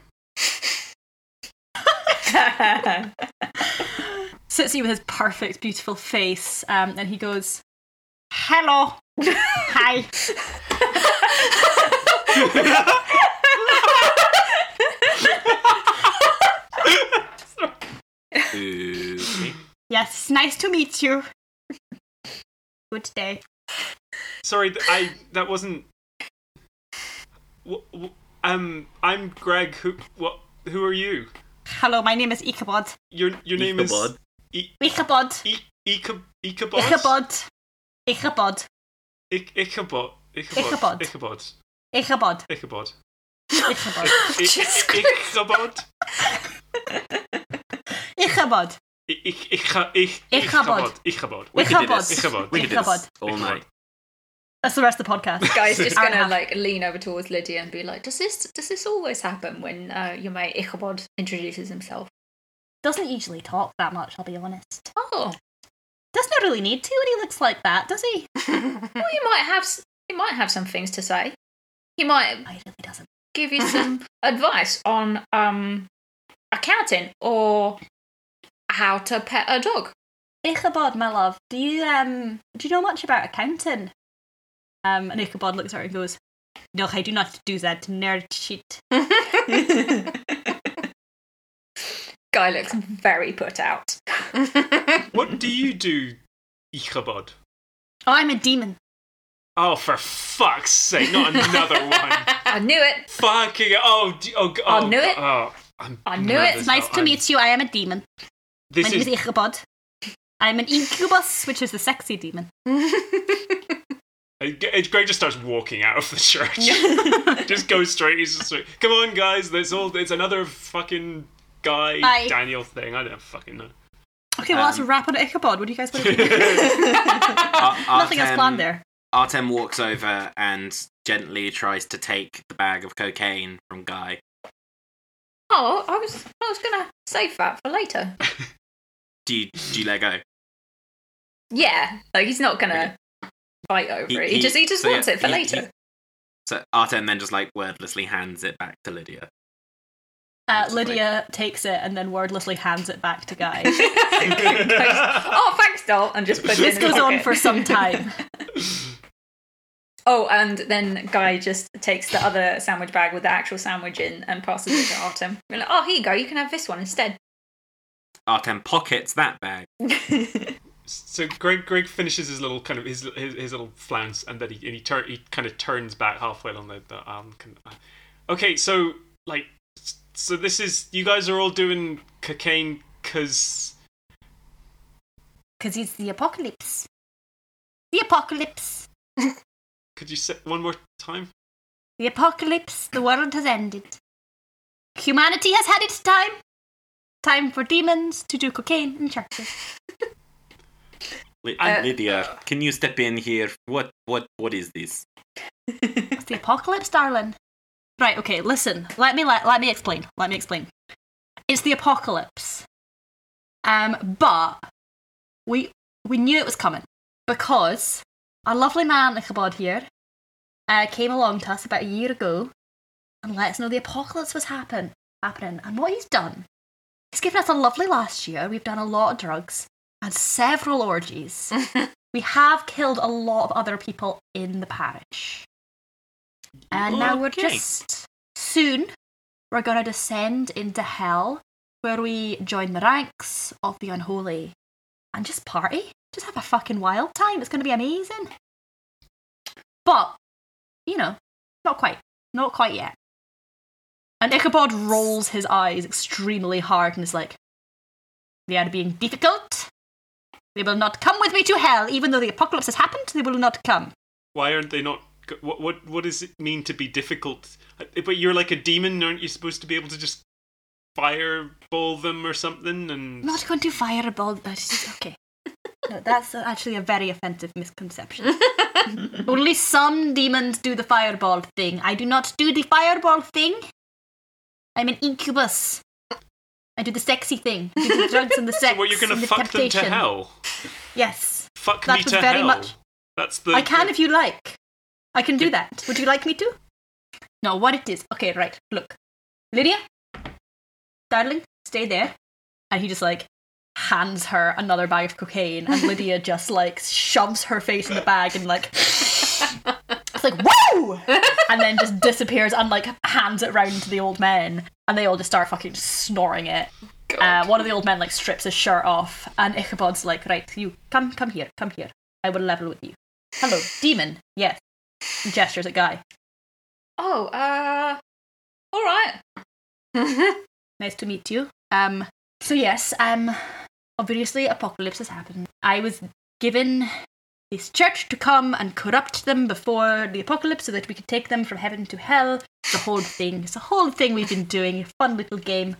sits you with his perfect, beautiful face, um, and he goes, "Hello, hi."
Ooh.
Yes, nice to meet you. Good day.
Sorry, th- I that wasn't. Wh- wh- Um, I'm Greg. Who what? Who are you?
Hello, my name is Ichabod.
Your your name is E-,
Ichabod.
Ichabod.
I- Icha- Ichabod.
Ichabod. Ichabod.
Ich- Ichabod. Ichabod.
Ichabod.
Ichabod.
Ichabod.
Ichabod.
Ichabod.
I- Ichabod.
Ichabod.
I- ich- icha- ich-
Ichabod.
Ichabod.
We could do
Ichabod.
this.
Ichabod.
We could do
Ichabod.
this all
Ichabod.
night.
That's the rest of the podcast.
Guy's just
Hour and a
gonna
half.
like lean over towards Lydia and be like, "Does this does this always happen when uh, your mate Ichabod introduces himself?"
Doesn't usually talk that much, I'll be honest.
Oh,
Does not really need to when he looks like that, does he?
well, you might have s- he might have some things to say. He might
No, he really doesn't.
give you some advice on um accounting or how to pet a dog.
Ichabod, my love, do you um do you know much about accounting? Um, and Ichabod looks at her and goes, "No, I do not do that nerd shit."
Guy looks very put out.
What do you do, Ichabod?
Oh, I'm a demon.
Oh, for fuck's sake! Not another one.
I knew it.
Fucking oh, d- oh, g- oh
I knew it.
Oh, I'm
I knew
mad
it.
as
It's
Nice
hell.
to
I'm-
meet you. I am a demon.
This
My name is Ichabod. I'm an incubus, which is the sexy demon.
Uh, G- uh, Greg just starts walking out of the church. just goes straight. He's just like, "Come on, guys! There's all. It's another fucking guy
Bye.
Daniel thing. I don't fucking know."
Okay, well that's a
Um,
wrap on Ichabod. What do you guys want to do?
Ar-
Nothing else
Artem-
planned there.
Artem walks over and gently tries to take the bag of cocaine from Guy.
Oh, I was I was gonna save that for later.
Do you, do you let go?
Yeah, like he's not gonna fight over it. He, just he just
so
wants
yeah,
it for
he-
later.
he- so Artem then just like wordlessly hands it back to Lydia.
Uh, Lydia takes it and then wordlessly hands it back to Guy.
oh, thanks, doll, and just puts it.
this
in his
goes on
pocket.
for some time.
Oh, and then Guy just takes the other sandwich bag with the actual sandwich in and passes it to Artem. We're like, oh, here you go. You can have this one instead.
Artem pockets that bag
so Greg Greg finishes his little kind of his his, his little flounce, and then he and he, tur- he kind of turns back halfway along the, the arm. Kind of- okay, so like s- so this is you guys are all doing cocaine because
Because it's the apocalypse. The apocalypse.
could you say one more time?
The apocalypse. The world has ended. Humanity has had its time. Time for demons to do cocaine in churches.
Li-
Uh,
Lydia, can you step in here? What what what is this?
It's the apocalypse, darling.
Right, okay, listen. Let me let, let me explain. Let me explain. It's the apocalypse. Um, but we we knew it was coming because a lovely man Ichabod here uh, came along to us about a year ago and let us know the apocalypse was happen happening. And what he's done, he's given us a lovely last year. We've done a lot of drugs and several orgies. we have killed a lot of other people in the parish. And now we're
Okay.
just soon we're gonna descend into hell where we join the ranks of the unholy and just party. Just have a fucking wild time. It's gonna be amazing. But, you know, not quite. Not quite yet. And Ichabod rolls his eyes extremely hard and is like, They are being difficult. They will not come with me to hell. Even though the apocalypse has happened, they will not come.
Why aren't they not? go- What what what does it mean to be difficult? Uh, But you're like a demon, aren't you supposed to be able to just fireball them or something? And
not going to fireball. But it's okay. No, that's actually a very offensive misconception. Only some demons do the fireball thing. I do not do the fireball thing. I'm an incubus. I do the sexy thing. I do the drugs and the sex.
well, you're gonna
and the
fuck
temptation.
them to hell.
Yes,
Fuck
That
me
was
to
very
hell.
much-
That's the.
I can if you like. I can do that. Would you like me to? No, what it is? Okay, right. Look, Lydia, darling, stay there. And he just like hands her another bag of cocaine, and Lydia just like shoves her face in the bag and like it's like woo, and then just disappears and like hands it round to the old men, and they all just start fucking snoring it. Uh, one of the old men like strips his shirt off, and Ichabod's like, "Right, you come, come here, come here. I will level with you." Hello, demon. Yes. He gestures at Guy.
Oh, uh, all right.
Nice to meet you. Um. So yes. Um. Obviously, apocalypse has happened. I was given this church to come and corrupt them before the apocalypse, so that we could take them from heaven to hell. The whole thing. It's a whole thing we've been doing. A fun little game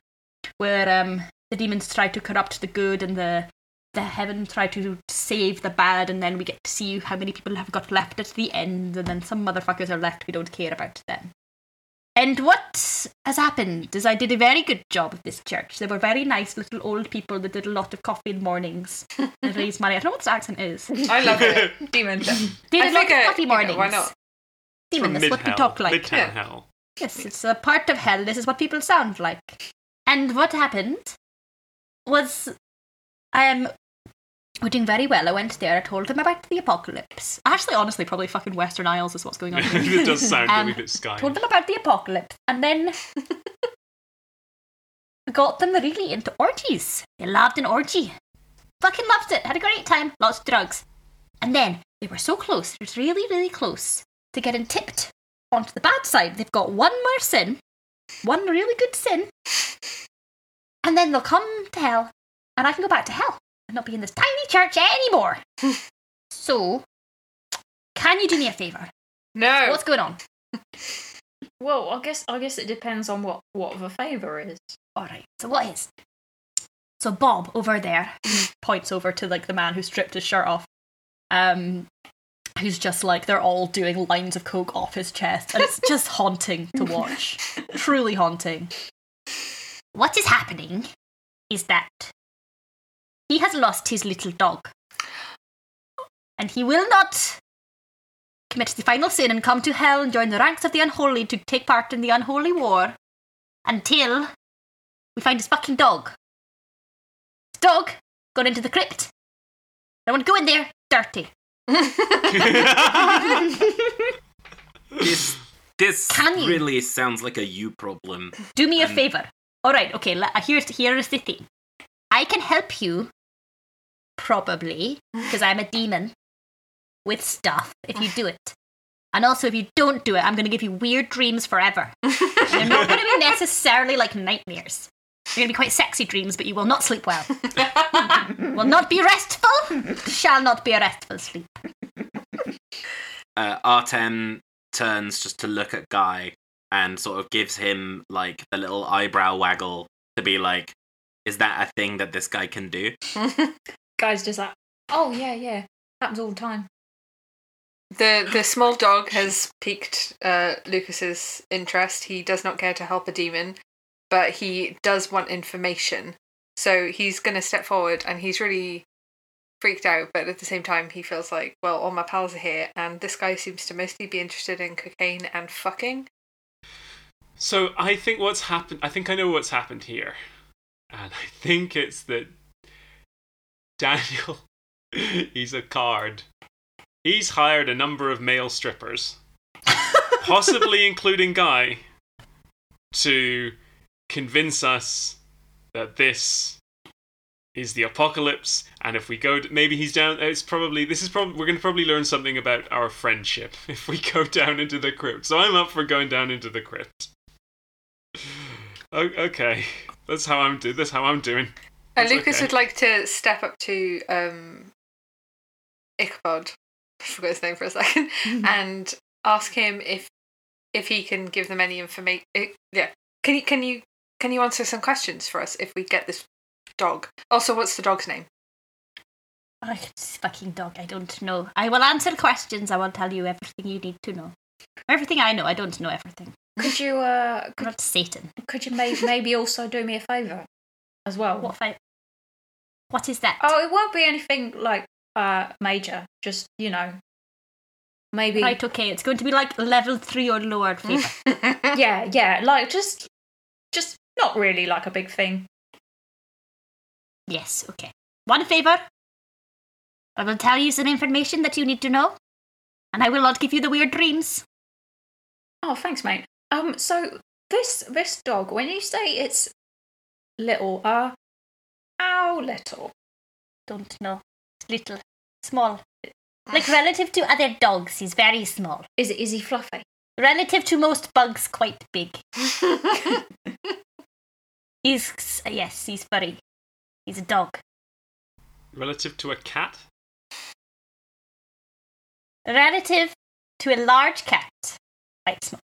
where um the demons try to corrupt the good and the the heaven try to save the bad, and then we get to see how many people have got left at the end, and then some motherfuckers are left we don't care about then. And what has happened is I did a very good job at this church. They were very nice little old people that did a lot of coffee in the mornings and raised money. I don't know what this accent is. Did
I love it. Demon.
a
I
lot
figure,
of coffee
you know,
mornings.
why not?
Demon,
From
that's what we
mid-hell,
talk like.
Midtown
Yeah.
hell.
Yes, it's a part of hell. This is what people sound like. And what happened was I am we're doing very well. I went there, I told them about the apocalypse. Actually, honestly, probably fucking Western Isles is what's going on here.
it does sound a
Um,
wee bit sky.
told them about the apocalypse, and then got them really into orgies. They loved an orgy. Fucking loved it. Had a great time. Lots of drugs. And then they were so close. They was really, really close to getting tipped onto the bad side. They've got one more sin, one really good sin, and then they'll come to hell, and I can go back to hell and not be in this tiny church anymore. so, can you do me a favour?
No.
What's going on?
Well, I guess I guess it depends on what what the favour is.
All right. So what is? So Bob over there points over to like the man who stripped his shirt off. Um, who's just like they're all doing lines of coke off his chest, and it's just haunting to watch. Truly haunting.
What is happening is that he has lost his little dog.
And he will not commit the final sin and come to hell and join the ranks of the unholy to take part in the unholy war until we find his fucking dog. His dog got into the crypt. I want to go in there dirty.
This this
Can you-
really sounds like a you problem.
Do me a
Um,
favor. All right, okay. le- uh, Here's here's the thing. I can help you probably, because I'm a demon, with stuff if you do it. And also, if you don't do it, I'm going to give you weird dreams forever. And They're not going to be necessarily like nightmares. They're going to be quite sexy dreams, but you will not sleep well. will not be restful, shall not be a restful sleep.
uh, Artem turns just to look at Guy and sort of gives him like the little eyebrow waggle to be like, is that a thing that this guy can do?
Guy's just like, oh yeah, yeah, happens all the time.
The the small dog has piqued uh, Lucas's interest. He does not care to help a demon, but he does want information. So he's going to step forward, and he's really freaked out. But at the same time, he feels like, well, all my pals are here, and this guy seems to mostly be interested in cocaine and fucking.
So I think what's happened. I think I know what's happened here, and I think it's that Daniel. He's a card. He's hired a number of male strippers, possibly including Guy, to convince us that this is the apocalypse. And if we go, d maybe he's down. It's probably this is probably we're going to probably learn something about our friendship if we go down into the crypt. So I'm up for going down into the crypt. O- okay, that's how I'm do. That's how I'm doing.
Uh,
It's
Lucas
okay.
would like to step up to um, Ichabod. I forgot his name for a second, and ask him if if he can give them any information. Yeah, can you can you can you answer some questions for us if we get this dog? Also, what's the dog's name?
Ugh, this fucking dog, I don't know. I will answer questions, I will tell you everything you need to know. Everything I know, I don't know everything.
Could you, uh,
I'm
could,
not Satan.
could you may- maybe also do me a favour as well?
What if I. What is that?
Oh, it won't be anything like uh major. Just you know, maybe
Right, okay, it's going to be like level 3 or lower fever.
yeah, yeah. Like just, just not really like a big thing.
yes, okay. One favor. I will tell you some information that you need to know, and I will not give you the weird dreams.
Oh, thanks, mate. Um, so this this dog, when you say it's little, uh, how little?
Don't know. Little. Small. Like relative to other dogs, he's very small.
Is it is he fluffy?
Relative to most bugs, quite big. he's yes, he's furry. He's a dog.
Relative to a cat,
Relative to a large cat, quite small.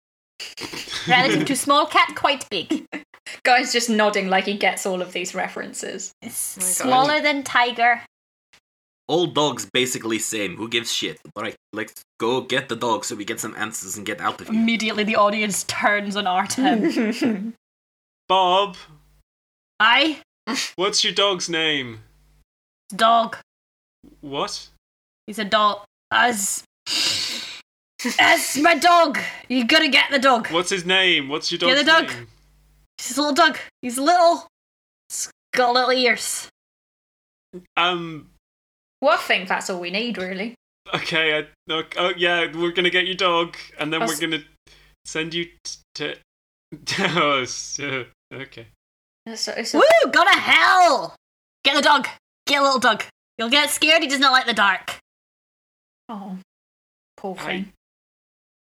Relative to small cat, quite big.
Guy's just nodding like he gets all of these references.
It's
Oh my God.
smaller than tiger.
All dogs basically same. Who gives shit? All right, let's go get the dog so we get some answers and get out of here.
Immediately, the audience turns on Artem.
Um,
Bob.
I
What's your dog's name?
dog.
What?
He's a dog. As as my dog. You gotta get the dog.
What's his name? What's your
Yeah,
dog's
the dog.
name?
He's a little dog. He's little. He's got little ears.
Um.
Well, I think that's all we need, really.
Okay. I, no, oh yeah. We're gonna get your dog, and then
I'll
we're
s-
gonna send you t- to. oh, s- uh, okay.
It's a, it's a-
Woo! Go to hell! Get the dog. Get a little dog. You'll get scared. He does not like the dark.
oh, poor
I-
thing.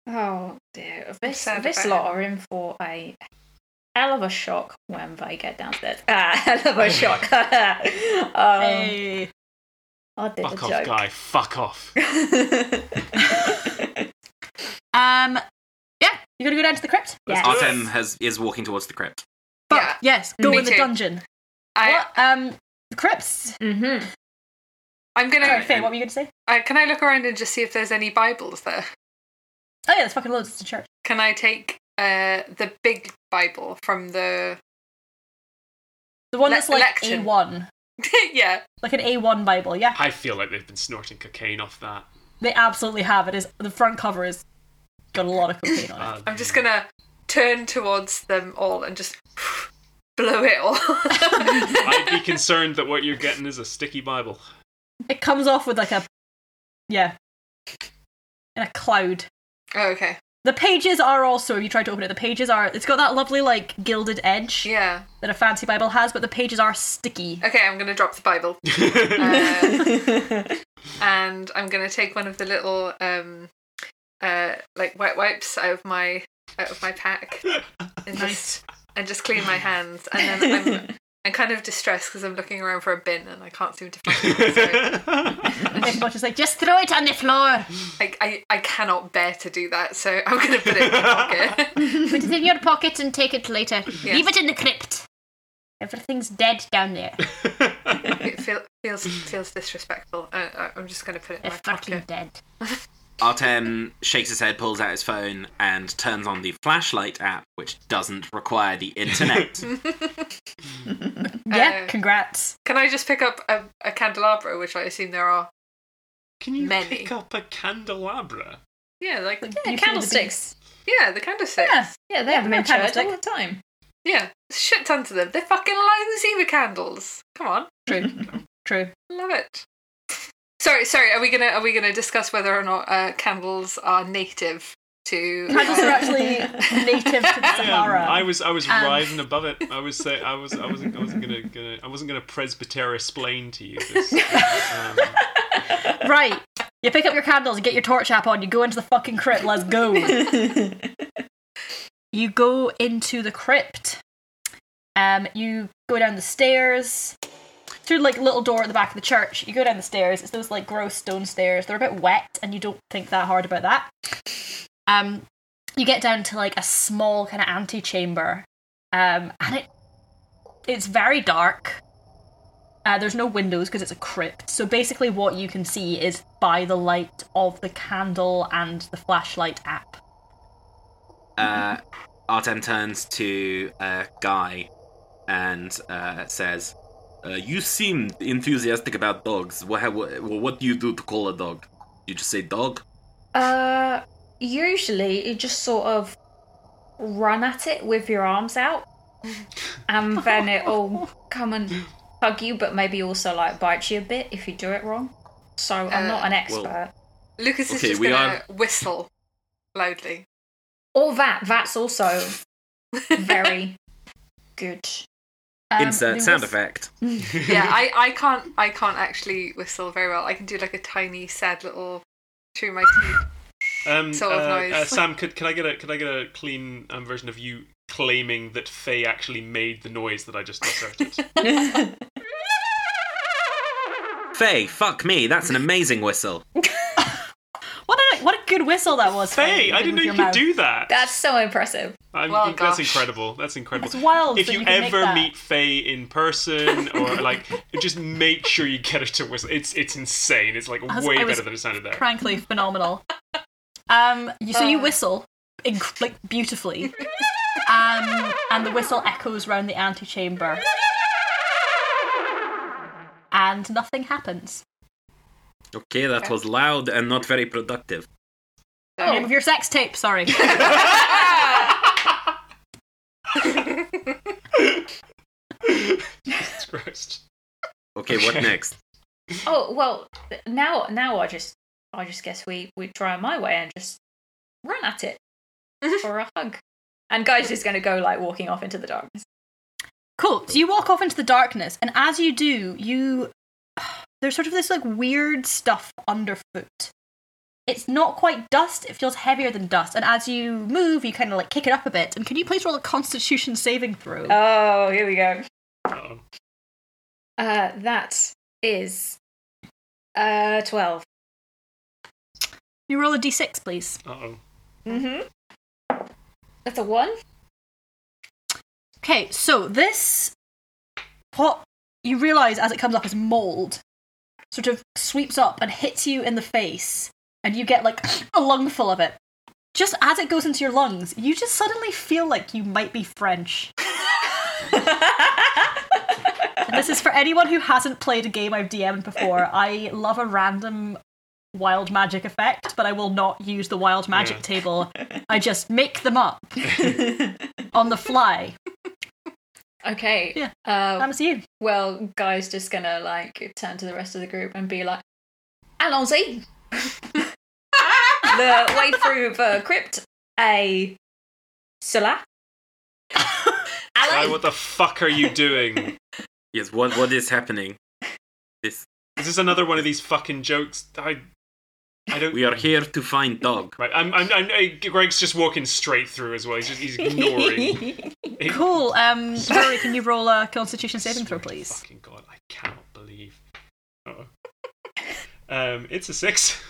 Oh dear, this
sad
this
about
lot are in for a hell of a shock when they get downstairs. Ah, hell of a shock. um,
Hey.
I did
Fuck
a
off,
joke.
guy. Fuck off.
Um, yeah, you're gonna go down to the crypt.
Yes.
Artem has is walking towards the crypt.
But
Yeah.
yes, go
Me
in the
too.
dungeon.
I
what? Um, the crypts.
hmm
I'm gonna.
Sorry, Faye, what were you gonna say?
Uh, can I look around and just see if there's any Bibles there?
Oh yeah, there's fucking loads. It's a church.
Can I take uh the big Bible from the
The one
Le-
that's like
lectern.
A one,
yeah
like an A one Bible. Yeah,
I feel like they've been snorting cocaine off that.
they absolutely have it. Is the front cover is got a lot of cocaine on it.
Uh,
I'm just gonna turn towards them all and just blow it all. Oh,
I'd be concerned that what you're getting is a sticky Bible.
It comes off with like a yeah, in a cloud.
oh, okay.
The pages are also, if you try to open it, the pages are, it's got that lovely, like, gilded edge
Yeah.
that a fancy Bible has, but the pages are sticky.
Okay, I'm going to drop the Bible. Uh, and I'm going to take one of the little um uh like wet wipes out of my out of my pack and just and just clean my hands and then I'm I'm kind of distressed because I'm looking around for a bin and I can't seem to find it. So
If much as like, just
Just throw it on the floor.
I, I, I cannot bear to do that, so I'm going to put it in my pocket.
Put it in your pocket and take it later. Leave it in the crypt. Everything's dead down there.
it feel, feels feels disrespectful. Uh, I, I'm just going to put it in
They're
my
fucking
pocket.
dead.
Artem shakes his head, pulls out his phone, and turns on the flashlight app, which doesn't require the internet.
yeah,
Uh,
congrats.
Can I just pick up a, a candelabra, which I assume there are?
Can you
Many.
pick up a candelabra?
Yeah, like
Beauty and the
candlesticks.
yeah, the candlesticks.
Yeah, yeah, they have them
they're
in church all the
candlestick.
time.
Yeah, shit tons of them. They're fucking lousy with candles. Come on,
True.
love it. Sorry, sorry. Are we gonna are we gonna discuss whether or not uh, candles are native to? uh,
Candles are actually native to the
Yeah,
Sahara.
Um, I was I was
Um,
rising above it. I was say I was I wasn't I wasn't gonna, gonna I wasn't gonna presbyter explain to you this. um,
Right. You pick up your candles, you get your torch app on, you go into the fucking crypt, let's go. you go into the crypt. Um, you go down the stairs. Through like little door at the back of the church. You go down the stairs, it's those like gross stone stairs. They're a bit wet and you don't think that hard about that. Um you get down to like a small kind of antechamber. Um and it it's very dark. Uh, there's no windows because it's a crypt. So basically, what you can see is by the light of the candle and the flashlight app.
uh, Artem turns to uh, Guy and uh, says, uh, "You seem enthusiastic about dogs. What, what, what do you do to call a dog? You just say dog."
Uh, usually you just sort of run at it with your arms out, and then it'll come and hug you, but maybe also like bite you a bit if you do it wrong. So I'm
Uh,
not an expert.
well-
Lucas is
Okay,
just
we
gonna whistle loudly.
Or that. That's also very good.
Um,
Insert
the
sound
whis-
effect.
yeah, I, I can't I can't actually whistle very well. I can do like a tiny sad little through my teeth.
um,
Sort of
uh, uh,
noise.
Sam, could can I get a could I get a clean um, version of you claiming that Faye actually made the noise that I just asserted?
Faye, fuck me, that's an amazing whistle.
What a what a good whistle that was!
Faye,
Faye,
I didn't know you could do that.
That's so impressive.
I'm,
Well,
that's
gosh.
incredible. That's incredible.
It's wild
If
that
you,
you can make
ever
that.
meet Faye in person, or like, just make sure you get her to whistle. It's it's insane. It's like
I was-
way
I was
better than it sounded there.
Frankly, phenomenal. Um, you, so you
Uh.
whistle, inc- like beautifully, um, and the whistle echoes round the antechamber, and nothing happens.
Okay, that was loud and not very productive.
Name of your sex tape. Sorry.
Jesus Christ.
Okay, what next?
Oh well, now now I just I just guess we we try my way and just run at it for a hug. And guys is going to go like walking off into the darkness.
Cool. So you walk off into the darkness, and as you do, you there's sort of this like weird stuff underfoot. It's not quite dust; it feels heavier than dust. And as you move, you kind of like kick it up a bit. And can you please roll a Constitution saving throw?
Oh, here we go.
Uh-oh.
Uh, that is uh twelve.
you roll a d6, please.
Uh-oh.
Mm-hmm. That's a one.
Okay, so this what you realize as it comes up is mold, sort of sweeps up and hits you in the face, and you get like a lungful of it. Just as it goes into your lungs, you just suddenly feel like you might be French. And this is for anyone who hasn't played a game I've DM'd before. I love a random wild magic effect, but I will not use the wild magic
Yeah.
table. I just make them up on the fly.
Okay.
Yeah.
Uh,
That's you.
well, guy's just gonna like turn to the rest of the group and be like, "Allons-y." the way through the uh, crypt a Salah.
Guy,
Alan,
what the fuck are you doing?
Yes, what what is happening? This
Is this another one of these fucking jokes? I, I don't.
we are here to find dog.
Right, I'm, I'm, I'm, I- Greg's just walking straight through as well. He's just he's ignoring. He-
Cool. Um, Rory, can you roll a Constitution saving throw,
Swear to
please?
Fucking god, I cannot believe. Oh. um, it's a six,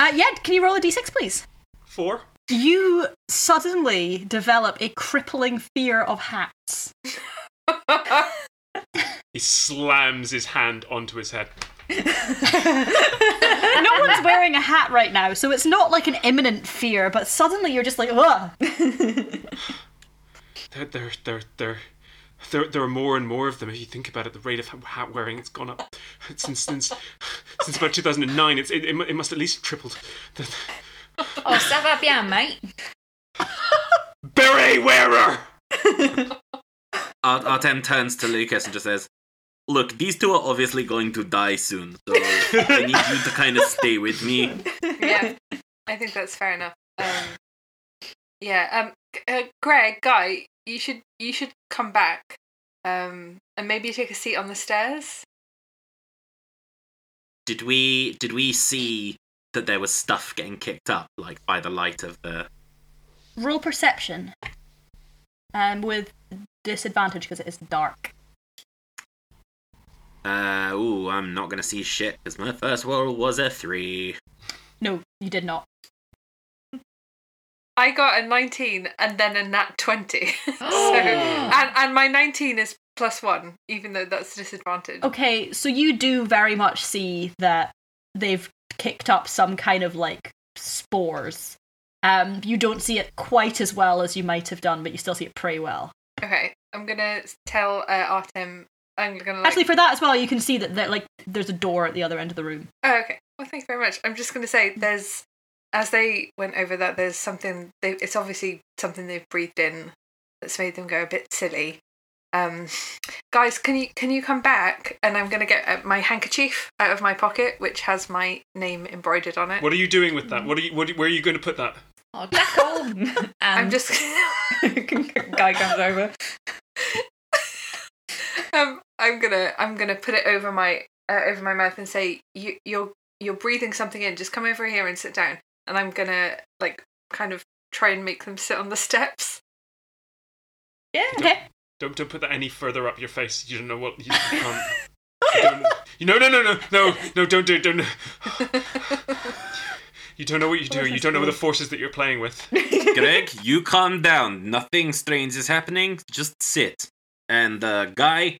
Uh, yeah, can you roll a d6, please?
four.
You suddenly develop a crippling fear of hats.
He slams his hand onto his head.
No one's wearing a hat right now, so it's not like an imminent fear, but suddenly you're just like, ugh.
There, there, there, there, there, there are more and more of them. If you think about it, the rate of hat wearing it's gone up since since since about 2009. It's it, it, mu- it must at least tripled. The-
oh, ça va bien, mate.
Beret wearer.
Ar- Artem turns to Lucas and just says, "Look, these two are obviously going to die soon, so I need you to kind of stay with me."
yeah, I think that's fair enough. Um, yeah, um, G- uh, Greg, Guy, you should you should come back, um, and maybe take a seat on the stairs.
Did we did we see that there was stuff getting kicked up like by the light of the?
Roll perception. Um, with disadvantage because it is dark.
Uh, ooh, I'm not gonna see shit because my first roll was a three.
No, you did not.
I got a nineteen and then a nat twenty.
Oh.
so and and my nineteen is plus one, even though that's a disadvantage.
Okay, so you do very much see that they've kicked up some kind of like spores. Um, you don't see it quite as well as you might have done, but you still see it pretty well.
Okay, I'm gonna tell uh, Artem. I'm gonna like,
Actually, for that as well, you can see that, that like there's a door at the other end of the room.
Oh, okay. Well, thank you very much. I'm just going to say there's, as they went over that, there's something. They, it's obviously something they've breathed in that's made them go a bit silly. Um, guys, can you can you come back? And I'm going to get uh, my handkerchief out of my pocket, which has my name embroidered on it.
What are you doing with that? What are you? What, where are you going to put that?
Oh, Um, Jackal. and
I'm just.
guy comes over.
um, I'm gonna I'm gonna put it over my uh, over my mouth and say you you're you're breathing something in. Just come over here and sit down. And I'm gonna like kind of try and make them sit on the steps.
Yeah.
Okay.
Don't don't put that any further up your face. You don't know what you, you can't. You don't, you, no no no no no no don't do it, don't. You don't know what you're doing. You don't know the forces that you're playing with.
Greg, you calm down. Nothing strange is happening. Just sit. And uh, guy,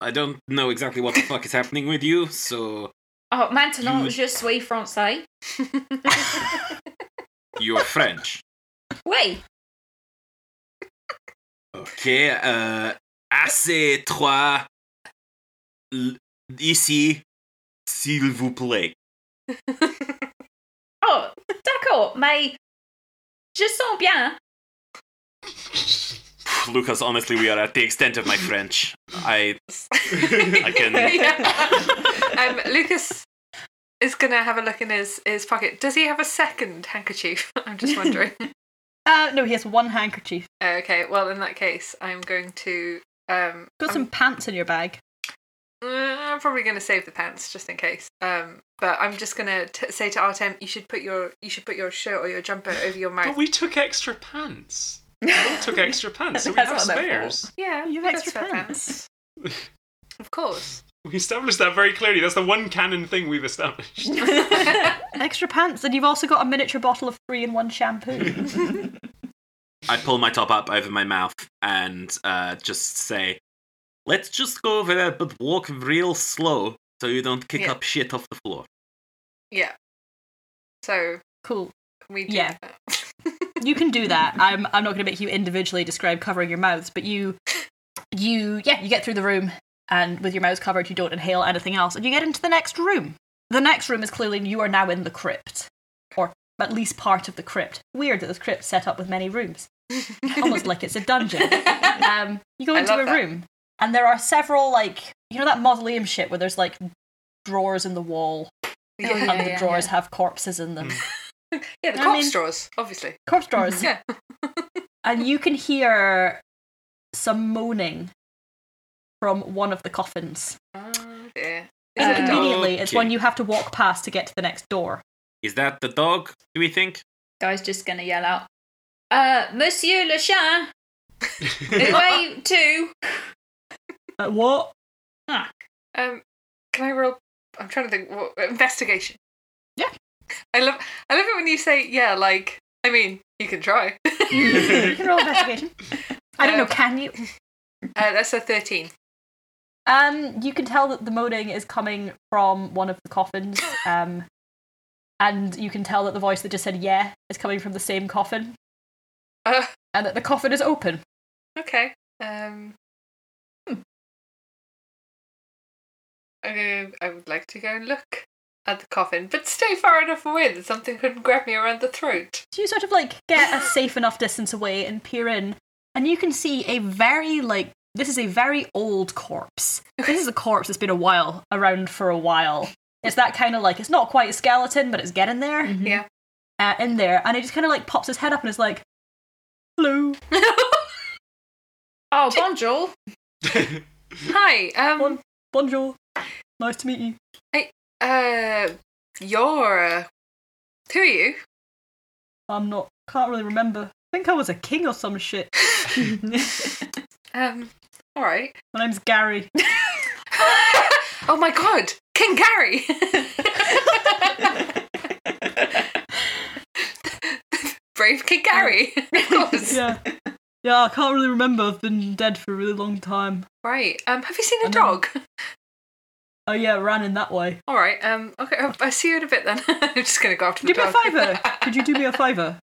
I don't know exactly what the fuck is happening with you, so
Oh, maintenant, je suis français.
you're French.
Oui.
Okay, uh, assez trois. L- ici, s'il vous plaît.
Oh, d'accord, mais je sens bien.
Lucas, honestly, we are at the extent of my French. I, I can.
Yeah. um, Lucas is gonna have a look in his his pocket. Does he have a second handkerchief? I'm just wondering.
Uh, no, he has one handkerchief.
okay, well in that case, I'm going to. Um,
Got some pants in your bag.
I'm, uh, I'm probably gonna save the pants just in case. Um, but I'm just gonna t- say to Artem, you should put your you should put your shirt or your jumper over your
But
mouth.
we took extra pants. We all took extra pants, so we
That's not
have
their
spares.
yeah,
Oh, You have
that's
extra
fair
pants.
Of course.
We established that very clearly. That's the one canon thing we've established.
Extra pants, and you've also got a miniature bottle of three in one shampoo.
I pull my top up over my mouth and uh, just say, "Let's just go over there, but walk real slow so you don't kick
Yeah.
up shit off the floor."
Yeah. So
cool.
can we do
Yeah.
that?
You can do that. I'm I'm not going to make you individually describe covering your mouths, but you you yeah, you get through the room and with your mouths covered, you don't inhale anything else and you get into the next room. The next room is clearly you are now in the crypt or at least part of the crypt. Weird that this crypt's set up with many rooms. Almost like it's a dungeon. Um, you go
I
into
love
a
that.
room and there are several like you know that mausoleum shit where there's like drawers in the wall
Yeah,
and the
yeah,
drawers have corpses in them.
Yeah,
Oh,
the
I
cork
mean-
straws, obviously.
corpse drawers.
Yeah.
and you can hear some moaning from one of the coffins.
Oh dear. Is it a dog?
Inconveniently, it's
Okay.
one you have to walk past to get to the next door.
Is that the dog? Do we think?
Guy's just gonna yell out, uh, Monsieur Le Chat, away too.
Uh, what?
Um, can I roll? I'm trying to think. What, investigation.
Yeah.
I love. I love it when you say yeah. Like, I mean, you can try. uh,
you can roll investigation. I don't know. Can you?
Uh, that's a thirteen.
Um, you can tell that the moaning is coming from one of the coffins. Um, and you can tell that the voice that just said "yeah" is coming from the same coffin,
Uh,
and that the coffin is open.
okay. Um. hmm. I, I would like to go and look at the coffin, but stay far enough away that something couldn't grab me around the throat.
So you sort of like get a safe enough distance away and peer in, and you can see a very like this is a very old corpse. This is a corpse that's been a while around for a while. It's that kind of like it's not quite a skeleton, but it's getting there.
Yeah.
Uh, in there, and it just kind of like pops his head up and is like, "Hello,
Oh, bonjour.
Hi. Um.
bon- bonjour, nice to meet you."
Uh. You're. Uh, who are you?
I'm not. Can't really remember. I think I was a king or some shit.
Um. All right.
My name's Gary.
oh my god, King Gary! Brave King Gary, of course.
Yeah, yeah. I can't really remember. I've been dead for a really long time.
Right. Um, have you seen a
And then-
dog?
Oh yeah, ran in that way.
All right. Um. Okay. I'll, I'll see you in a bit then. I'm just gonna go after
Could you
the
do me
dog.
a favour? Could you do me a favour?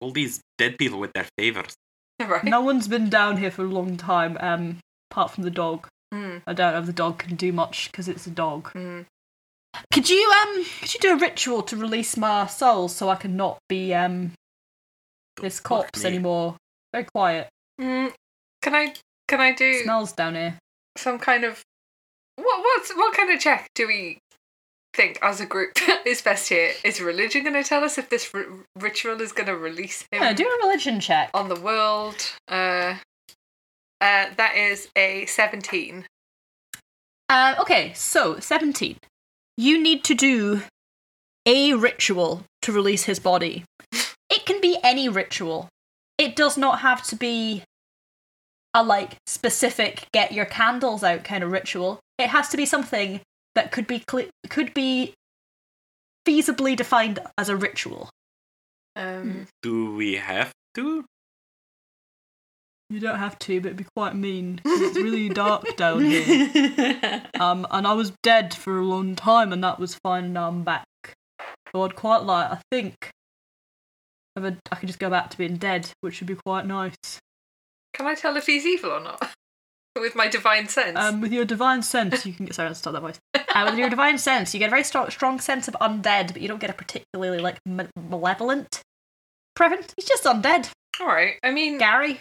All these dead people with their favors.
right.
No one's been down here for a long time. Um, apart from the dog.
Mm,
I don't know if the dog can do much because it's a dog.
mm.
Could you um? Could you do a ritual to release my soul so I can not be um this
Fuck
corpse
me.
anymore? Very quiet.
Mm. Can I? Can I do
smells down here.
some kind of what? What's what kind of check do we think as a group is best here? Is religion gonna tell us if this r- ritual is gonna release him?
Yeah, do a religion check.
on the world. Uh, uh, that is a 17.
Um, okay, so 17. You need to do a ritual to release his body. It can be any ritual. It does not have to be a like specific get your candles out kind of ritual. It has to be something that could be cle could be feasibly defined as a ritual.
Um,
Do we have to?
You don't have to, but it'd be quite mean. 'cause It's really dark down here. Um, and I was dead for a long time, and that was fine. And now I'm back. So I'd quite like. I think if I, I could just go back to being dead, which would be quite nice.
can I tell if he's evil or not? With my divine sense.
Um, with your divine sense, you can. Sorry, I'll start that voice. Uh, with your divine sense, you get a very strong, strong sense of undead, but you don't get a particularly like ma- malevolent. Prevent. He's just undead.
All right. I mean,
Gary.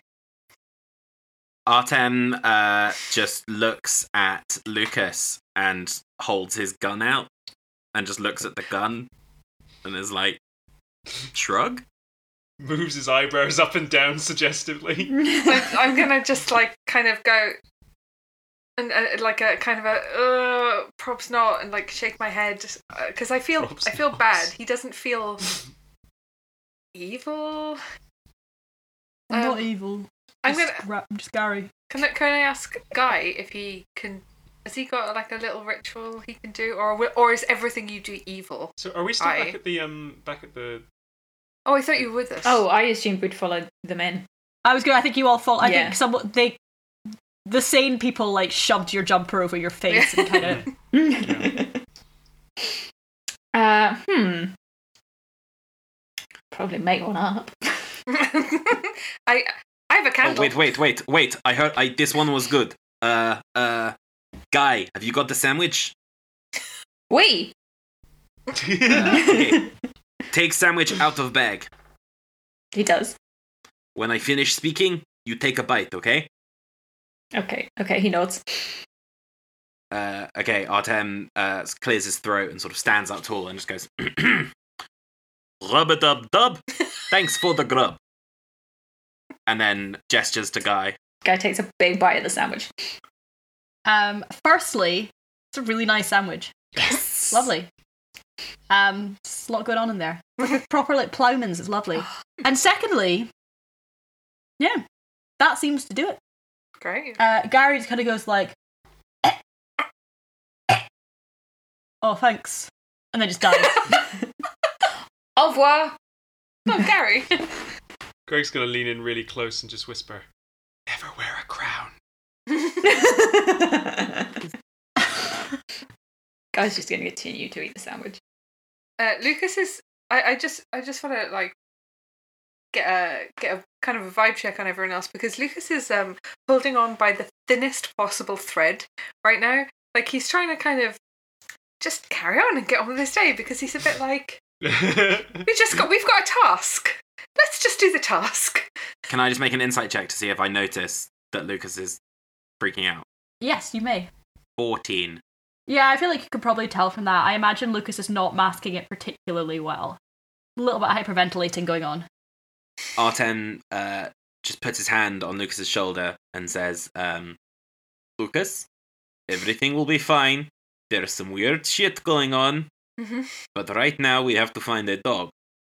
Artem uh, just looks at Lucas and holds his gun out and just looks at the gun and is like, shrug?
Moves his eyebrows up and down suggestively.
I- I'm gonna just like kind of go and uh, like a kind of a uh, props not and like shake my head because I feel
Props
I feel
not.
bad. He doesn't feel evil.
I'm
Um,
not evil.
I'm
Just
gonna
Ra- I'm just Gary.
Can I, can I ask Guy if he can? Has he got like a little ritual he can do, or wi- or is everything you do evil?
So are we still
Aye.
back at the um back at the
Oh, I thought you were with us.
oh, I assumed we'd follow the men.
I was gonna. I think you all thought. I
Yeah.
think someone they, the sane people like shoved your jumper over your face and kind of.
Uh, hmm. Probably make one up.
I I have a
Oh,
candle.
wait, wait, wait, wait. I heard I, this one was good. Uh, uh, guy, have you got the sandwich?
We.
Uh, okay. Take sandwich out of bag.
He does.
When I finish speaking, you take a bite, okay?
Okay. Okay. He nods.
Uh, okay, Artem uh, clears his throat and sort of stands up tall and just goes, Rub a dub dub. Thanks for the grub. And then gestures to Guy.
Guy takes a big bite of the sandwich.
Um, firstly, it's a really nice sandwich.
Yes.
Lovely. Um, there's a lot going on in there. It's like a proper like ploughman's. It's lovely. And secondly, yeah, that seems to do it.
Great.
Uh, Gary kind of goes like, "Eh, "Oh, thanks," and then just dies.
Au revoir.
Oh, Gary.
Greg's gonna lean in really close and just whisper, "Never wear a crown."
Guy's just going to continue to eat the sandwich.
Uh, Lucas is. I, I just I just want to like get a get a kind of a vibe check on everyone else because Lucas is um holding on by the thinnest possible thread right now. Like he's trying to kind of just carry on and get on with his day because he's a bit like we just got we've got a task. Let's just do the task.
Can I just make an insight check to see if I notice that Lucas is freaking out?
yes, you may.
14.
Yeah, I feel like you could probably tell from that. I imagine Lucas is not masking it particularly well. A little bit of hyperventilating going on.
Artem uh, just puts his hand on Lucas's shoulder and says, um, Lucas, everything will be fine. There's some weird shit going on,
Mm-hmm.
but right now we have to find a dog.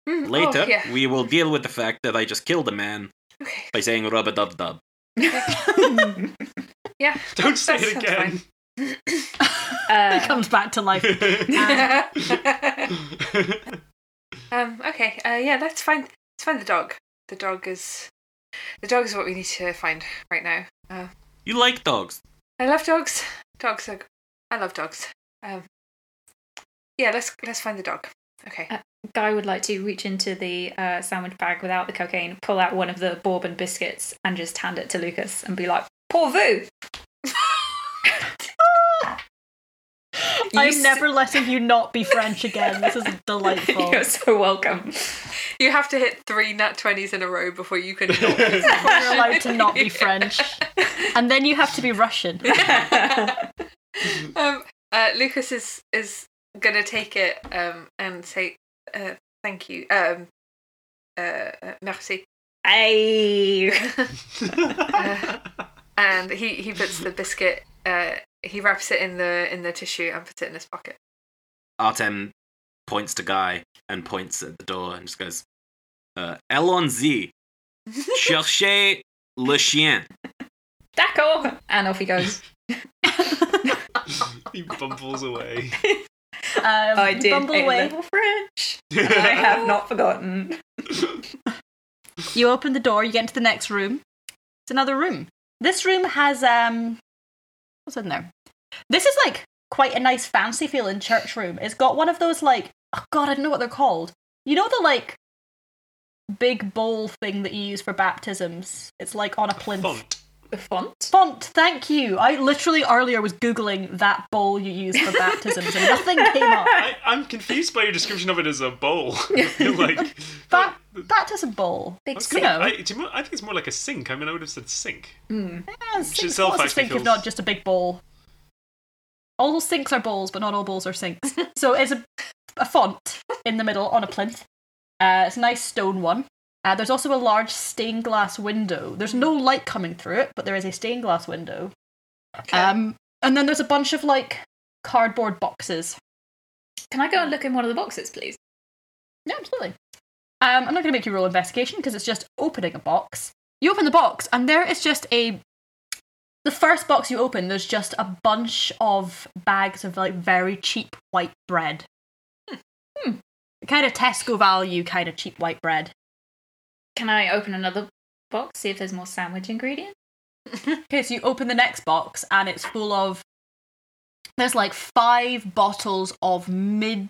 Later,
Oh, yeah.
we will deal with the fact that I just killed a man
Okay.
by saying rub a dub dub.
Yeah.
Don't say
That
it
sounds
again.
It
Uh,
comes back to life.
um. Okay. Uh. Yeah. Let's find. Let's find the dog. The dog is. The dog is what we need to find right now.
You like dogs.
I love dogs. Dogs are. I love dogs. Um. Yeah. Let's let's find the dog. Okay.
Guy would like to reach into the uh, sandwich bag without the cocaine, pull out one of the bourbon biscuits, and just hand it to Lucas and be like, "Pour vous."
I'm
You s-
never letting you not be French again. This is delightful.
You're so welcome.
You have to hit three nat twenties in a row before you can. not be
You're allowed to not be French. And then you have to be Russian.
um, uh, Lucas is is gonna take it um, and say uh, thank you, um, uh, uh, merci,
Hey.
and he he puts the biscuit. Uh, he wraps it in the in the tissue and puts it in his pocket.
Artem points to Guy and points at the door and just goes, uh, Allons-y, cherchez le chien.
D'accord. And off he goes.
he bumbles away.
Um,
Oh, I did
Bumble
a
away.
little French. And I have not forgotten.
You open the door, you get into the next room. It's another room. This room has um what's in there? This is like quite a nice fancy feeling church room. It's got one of those like oh god, I don't know what they're called. You know the like big bowl thing that you use for baptisms? It's like on a plinth.
Font.
The font.
Font, thank you. I literally earlier was googling that bowl you use for baptisms and nothing came up.
I, I'm confused by your description of it as a bowl. You're like,
Ba- baptism bowl.
Big
You know.
I, do you know- I think it's more like a sink. I mean, I would have said sink.
Yeah, sinks.
itself
What's a
actually
sink
feels-
if not just a big bowl? All sinks are bowls, but not all bowls are sinks. so it's a, a font in the middle on a plinth. Uh, it's a nice stone one. Uh, there's also a large stained glass window. There's no light coming through it, but there is a stained glass window. Um, and then there's a bunch of like cardboard boxes.
Can I go and look in one of the boxes, please?
Yeah, absolutely. Um, I'm not going to make you roll investigation because it's just opening a box. You open the box, and there is just a. The first box you open, there's just a bunch of bags of like very cheap white bread.
Hmm.
Kind of Tesco value, kind of cheap white bread.
Can I open another box, see if there's more sandwich ingredients?
Okay, so you open the next box, and it's full of. There's like five bottles of mid.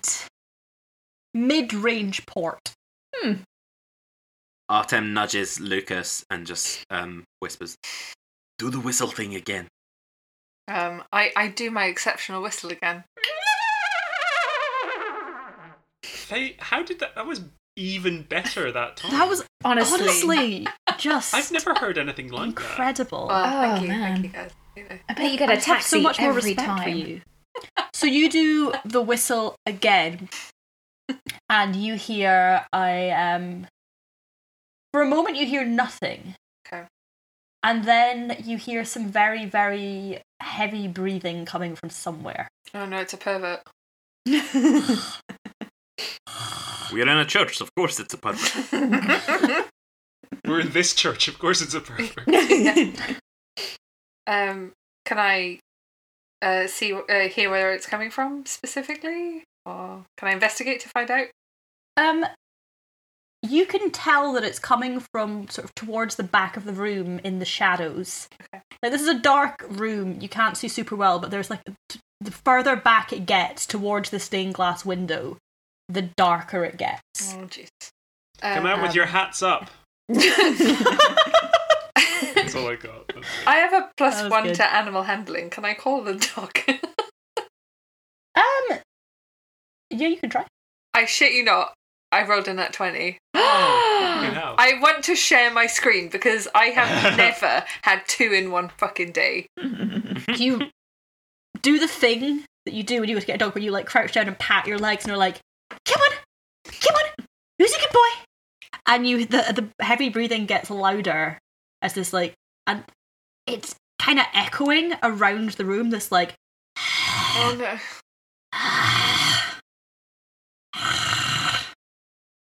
mid range port.
Artem nudges Lucas and just um, whispers, "Do the whistle thing again."
Um, I I do my exceptional whistle again.
They, how did that? That was even better that time.
That was
Honestly.
honestly just.
I've never heard anything like that.
incredible.
Well, thank
Oh,
you,
man.
thank you guys. You know.
I bet you get a
I have
taxi every time.
you. so you do the whistle again, and you hear I um for a moment you hear nothing.
Okay.
And then you hear some very, very heavy breathing coming from somewhere.
Oh no, it's a pervert.
We're in a church, of course it's a pervert.
We're in this church, of course it's a pervert.
um, can I uh, see uh, hear where it's coming from specifically, or can I investigate to find out?
Um, you can tell that it's coming from sort of towards the back of the room in the shadows. Like this is a dark room; you can't see super well, but there's like t- the further back it gets towards the stained glass window, the darker it gets.
Oh jeez.
Come
Um,
out with your hats up. That's all I got.
I have a plus
That was
one
good.
to animal handling. Can I call the dog?
Um, yeah, you can try.
I shit you not. I rolled in that twenty.
Fucking hell.
Ah, I want to share my screen because I have never had two in one fucking day.
Do you do the thing that you do when you go to get a dog, where you like crouch down and pat your legs and are like, "Come on, come on, who's a good boy?" And you, the the heavy breathing gets louder as this like, and it's kind of echoing around the room. This like,
Oh no.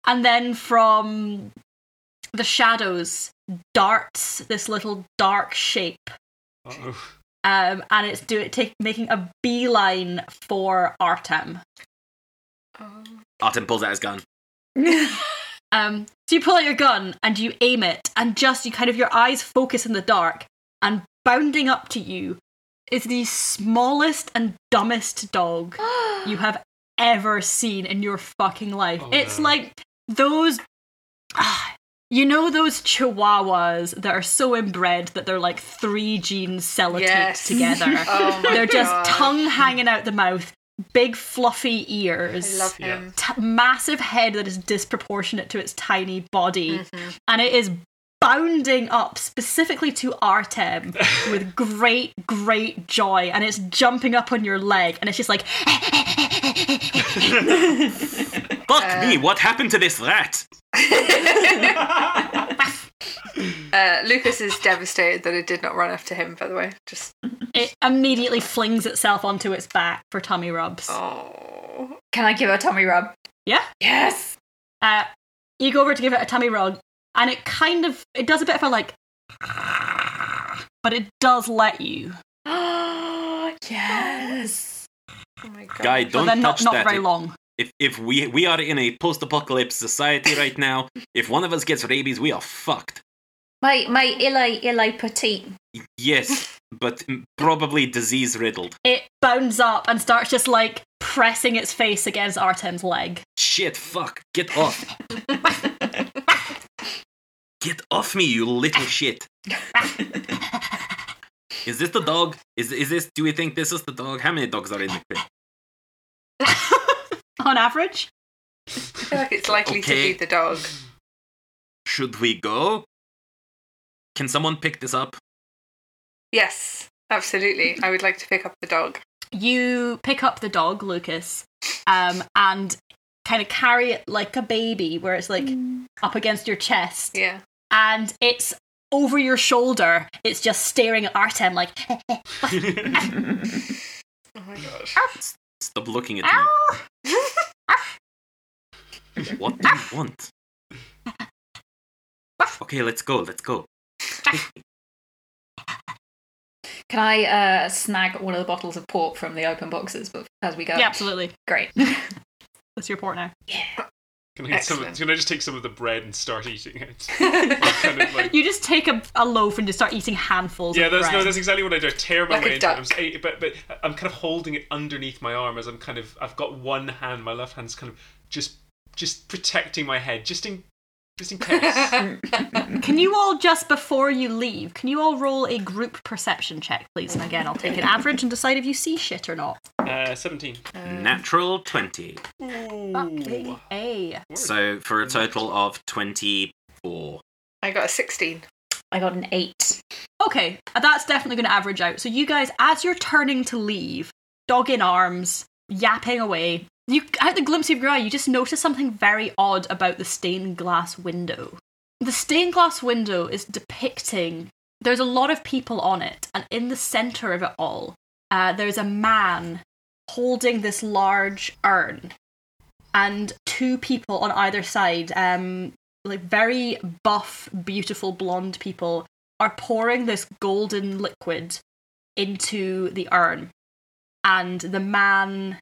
and then from the shadows darts this little dark shape
Uh-oh.
um, and it's do it take making a beeline for Artem.
Oh.
Artem pulls out his gun.
Um, so you pull out your gun and you aim it, and just you kind of your eyes focus in the dark, and bounding up to you is the smallest and dumbest dog you have ever seen in your fucking life.
Oh,
it's
no.
like those. Ah, you know those chihuahuas that are so inbred that they're like three genes sellotaped
Yes.
together.
Oh my
They're just
God.
tongue hanging out the mouth, big fluffy
I
ears,
love
Yeah.
him.
t- massive head that is disproportionate to its tiny body,
Mm-hmm.
and it is bounding up specifically to Artem with great, great joy, and it's jumping up on your leg, and it's just like,
Fuck me, what happened to this rat?
Uh, Lucas is devastated that it did not run after him. By the way, just
it immediately flings itself onto its back for tummy rubs.
oh,
Can I give her a tummy rub?
Yeah.
Yes.
Uh, you go over to give it a tummy rub, and it kind of it does a bit of a like, but it does let you,
yes.
oh my god.
Guy,
but
don't
then not
touch
not
that.
very
If-
long.
If, if we we are in a post-apocalypse society right now, if one of us gets rabies, we are fucked.
My my illa illa petite.
Yes, but m- probably disease-riddled.
It bounds up and starts just like pressing its face against Artem's leg.
Shit, fuck, get off. get off me, you little shit. Is this the dog? Is is this? Do we think this is the dog? How many dogs are in the pit?
On average,
I feel like it's likely
Okay.
to be the dog.
Should we go? Can someone pick this up?
Yes, absolutely. I would like to pick up the dog.
you pick up the dog, Lucas, um, and kind of carry it like a baby, where it's like up against your chest,
Yeah.
and it's over your shoulder. It's just staring at Artem like,
Oh my god.
Stop looking at me. what do you want? Okay, let's go. Let's go.
Can I uh, snag all of the bottles of port from the open boxes but as we go?
yeah, absolutely.
Great.
That's your port now.
Can I, get some of,
Excellent.
can I just take some of the bread and start eating it? kind of like,
You just take a, a loaf and just start eating handfuls.
yeah,
of
that's no,
bread.
that's exactly what I do. I tear my
Like a
way into it. I'm,
duck.
just- eh, but, but I'm kind of holding it underneath my arm as I'm kind of I've got one hand, my left hand's kind of just just protecting my head, just in just in case.
Can you all just before you leave? Can you all roll a group perception check, please? And again, I'll take an average and decide if you see shit or not.
uh, Seventeen.
Natural 20.
Ooh.
A.
So for a total of 24.
I got a 16.
I got an eight.
Okay, that's definitely going to average out. So you guys, as you're turning to leave, dog in arms, yapping away, You, out the glimpse of your eye, you just notice something very odd about the stained glass window. The stained glass window is depicting. There's a lot of people on it, and in the center of it all, uh, there's a man holding this large urn, and two people on either side, um, like very buff, beautiful blonde people, are pouring this golden liquid into the urn and the man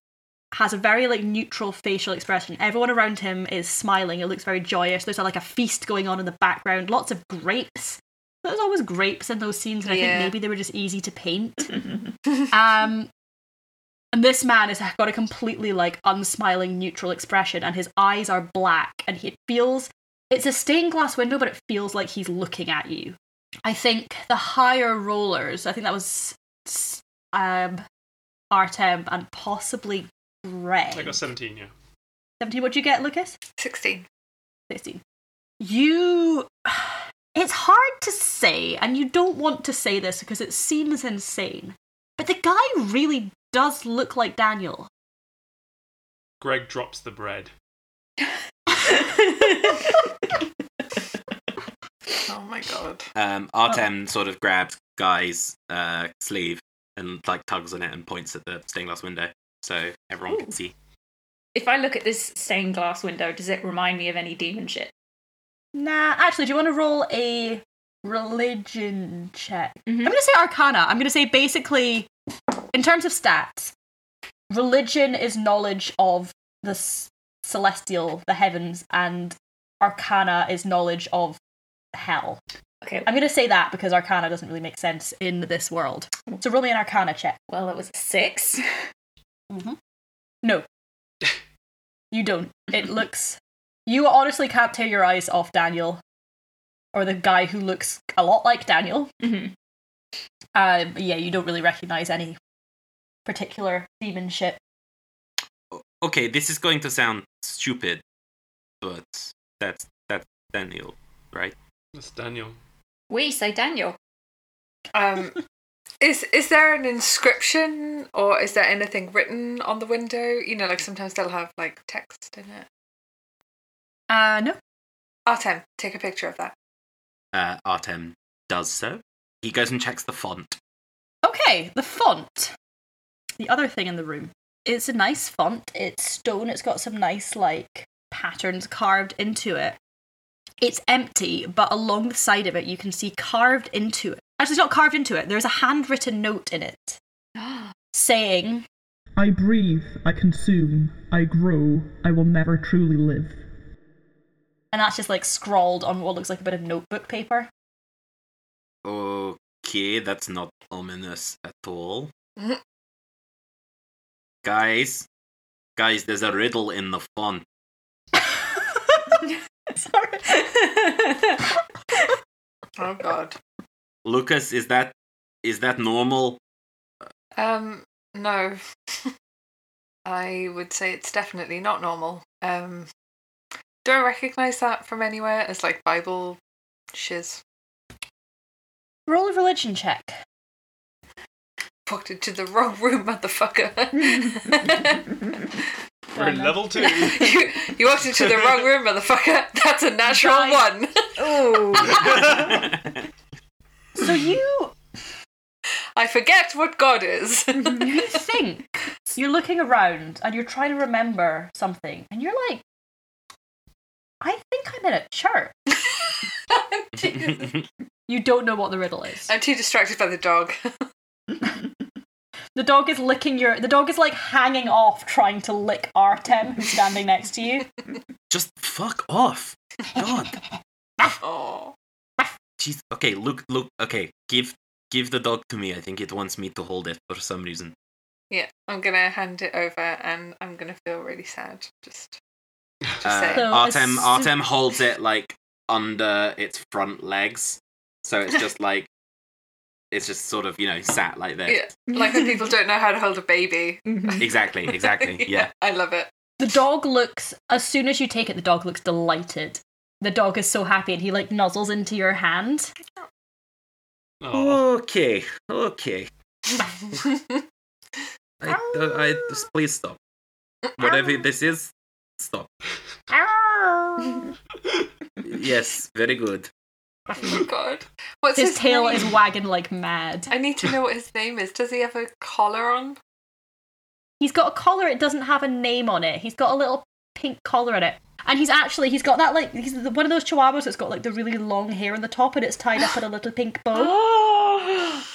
has a very like neutral facial expression. Everyone around him is smiling. It looks very joyous. There's like a feast going on in the background. Lots of grapes. There's always grapes in those scenes, and I think
Yeah.
maybe they were just easy to paint. um, and this man has got a completely like unsmiling, neutral expression, and his eyes are black, and he it feels it's a stained glass window, but it feels like he's looking at you. I think the higher rollers. I think that was s- um, Artem and possibly Greg.
I got 17, yeah.
17, what'd you get, Lucas?
16.
16. You. It's hard to say, and you don't want to say this because it seems insane, but the guy really does look like Daniel.
Greg drops the bread.
Oh my god.
Um, Artem sort of grabs Guy's uh, sleeve and like tugs on it and points at the stained glass window so everyone can see.
If I look at this stained glass window, does it remind me of any demon shit?
Nah, actually, do you want to roll a religion check?
Mhm.
I'm going to say arcana. I'm going to say basically, in terms of stats, religion is knowledge of the s- celestial, the heavens, and arcana is knowledge of hell.
Okay,
I'm going to say that because arcana doesn't really make sense in this world. So roll me an arcana check.
well, that was a six.
No. you don't. It looks. You honestly can't tear your eyes off Daniel. Or the guy who looks a lot like Daniel.
Mhm.
Uh, but yeah, you don't really recognize any particular demon ship.
O- Okay, this is going to sound stupid, but that's that's Daniel, right?
That's Daniel.
We say Daniel.
Um, is is there an inscription or is there anything written on the window? You know, like sometimes they'll have like text in it.
Uh, no.
Artem, take a picture of that.
Uh, Artem does so. He goes and checks the font.
Okay, the font. The other thing in the room. It's a nice font. It's stone. It's got some nice, like, patterns carved into it. It's empty, but along the side of it, you can see carved into it. Actually, it's not carved into it. There's a handwritten note in it saying,
I breathe, I consume, I grow, I will never truly live.
and that's just like scrawled on what looks like a bit of notebook paper.
Okay, that's not ominous at all.
Mhm.
guys, guys, there's a riddle in the font.
Sorry.
Oh god.
Lucas, is that is that normal?
Um, no. I would say it's definitely not normal. Um, do I recognize that from anywhere as like Bible shiz?
Roll a religion check.
Walked into the wrong room, motherfucker.
We're in level two.
you, you walked into the wrong room, motherfucker. That's a natural
Nice.
one.
So you
I forget what God is.
you think you're looking around and you're trying to remember something, and you're like, I think I'm in a church. You don't know what the riddle is.
I'm too distracted by the dog.
The dog is licking your. The dog is like hanging off, trying to lick Artem, who's standing next to you.
Just fuck off. God.
Oh.
Jeez. Okay, look, look. Okay, give give the dog to me. I think it wants me to hold it for some reason.
Yeah, I'm gonna hand it over and I'm gonna feel really sad. Just, just
Uh,
say.
So
Artem
as-
Artem holds it like under its front legs, so it's just like it's just sort of you know sat like this.
Yeah, like when people don't know how to hold a baby.
Mm-hmm.
Exactly. Exactly. yeah.
I love it.
The dog looks. As soon as you take it, the dog looks delighted. The dog is so happy, and he like nuzzles into your hand.
Aw.
Okay. Okay. I, I, please stop. Whatever this is, stop. yes, very good.
Oh God. What's his,
His tail
name?
is wagging like mad.
I need to know what his name is. Does he have a collar on?
He's got a collar. It doesn't have a name on it. He's got a little pink collar in it, and he's actually he's got that like he's the- one of those chihuahuas that's got like the really long hair on the top, and it's tied up in a little pink bow.
Oh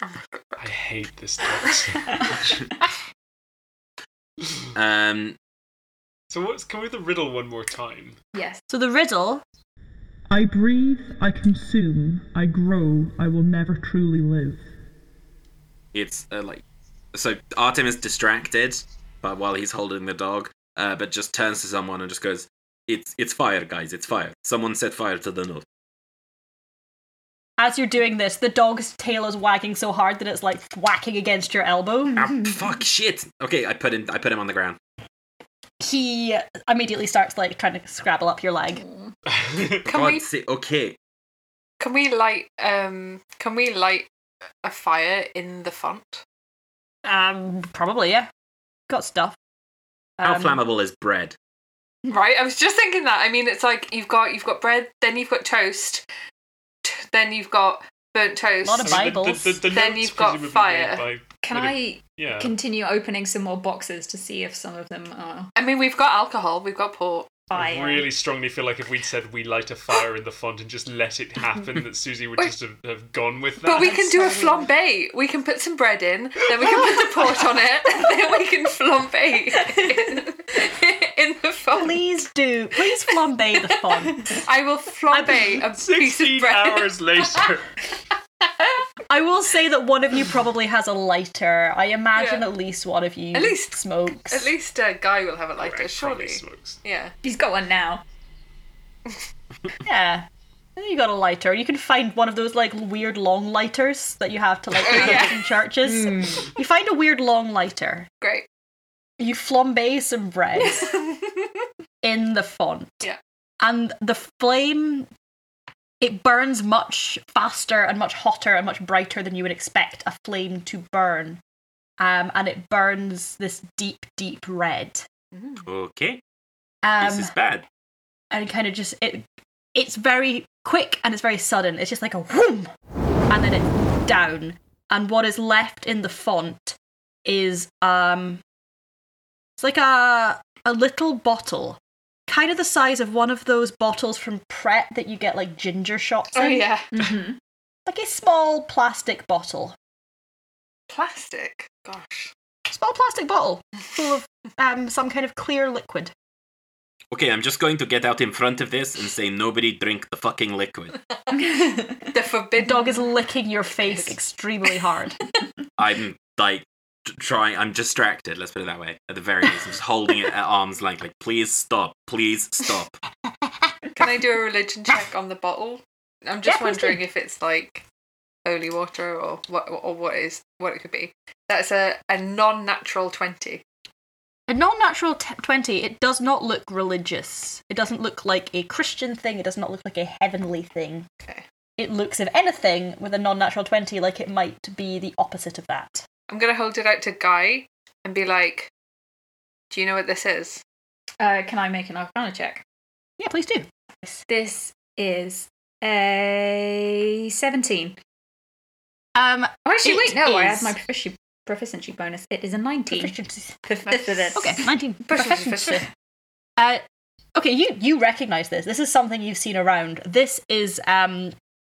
my God. I hate this dog so much.
Um,
so what's can we do the riddle one more time?
Yes.
So the riddle.
I breathe, I consume, I grow, I will never truly live.
it's uh, like so. Artem is distracted, but while he's holding the dog, uh, but just turns to someone and just goes, "It's it's fire, guys! It's fire! Someone set fire to the note."
As you're doing this, the dog's tail is wagging so hard that it's like whacking against your elbow.
Ah, fuck shit! Okay, I put him. I put him on the ground.
He immediately starts like trying to scrabble up your leg.
Can
God,
we
say- okay.
can we light um can we light a fire in the font?
Um, probably yeah. Got stuff.
How
Um,
flammable is bread?
Right, I was just thinking that. I mean, it's like you've got you've got bread, then you've got toast, t- then you've got burnt toast.
Lot of
I mean, the-
Bibles.
The, the, the
Then
notes
you've got
presumably
fire.
made by-
Can
would have-
I
Yeah.
continue opening some more boxes to see if some of them are
I mean, we've got alcohol, we've got port.
fire?
I really strongly feel like if we'd said we light a fire in the font and just let it happen, that Susie would
Wait.
just have, have gone with that.
But we can do a flambe. We can put some bread in, then we can put the port on it, then we can flambe in, in the font.
Please do. Please flambe the font.
I will flambe a piece of
Sixteen
bread.
hours later.
I will say that one of you probably has a lighter. I imagine
Yeah.
at least one of you
At least-
smokes.
At least uh, Guy will have a lighter,
Right,
surely.
probably smokes.
Yeah.
He's got one now.
yeah. And You got a lighter. You can find one of those like weird long lighters that you have to like pick up in churches. You find a weird long lighter.
Great.
You flambe some bread in the font.
Yeah.
And the flame it burns much faster and much hotter and much brighter than you would expect a flame to burn. Um, and it burns this deep, deep red.
Okay,
Um,
this is bad.
and kind of just it. It's very quick and it's very sudden. It's just like a whoom, and then it's down. And what is left in the font is um, it's like a a little bottle, kind of the size of one of those bottles from Pret that you get like ginger shots.
Oh
in.
yeah.
Mhm.
like a small plastic bottle,
Plastic. Gosh.
small plastic bottle full of um some kind of clear liquid.
Okay, I'm just going to get out in front of this and say nobody drink the fucking liquid.
The forbidden
Dog is licking your face extremely hard.
I'm like t- trying. I'm distracted. Let's put it that way. At the very least, I'm just holding it at arm's length. Like, please stop. Please stop.
Can I do a religion check on the bottle? I'm just
Yeah, please do.
wondering if it's like holy water or what or what is what it could be. That's a, a non natural twenty.
A non-natural t- twenty. It does not look religious. It doesn't look like a Christian thing. It does not look like a heavenly thing.
Okay.
It looks, if anything, with a non-natural twenty, like it might be the opposite of that.
I'm gonna hold it out to Guy and be like, Do you know what this is?
Uh, can I make an arcana check?
Yeah, please do.
This is a 17.
Um,
Oh, actually,
It
wait, no, I
is-
had my proficiency, proficiency bonus. It is a 19.
proficiency.
okay.
Okay, nineteen.
Proficiency.
Proficiency. Uh, okay, you you recognize this. This is something you've seen around. This is um,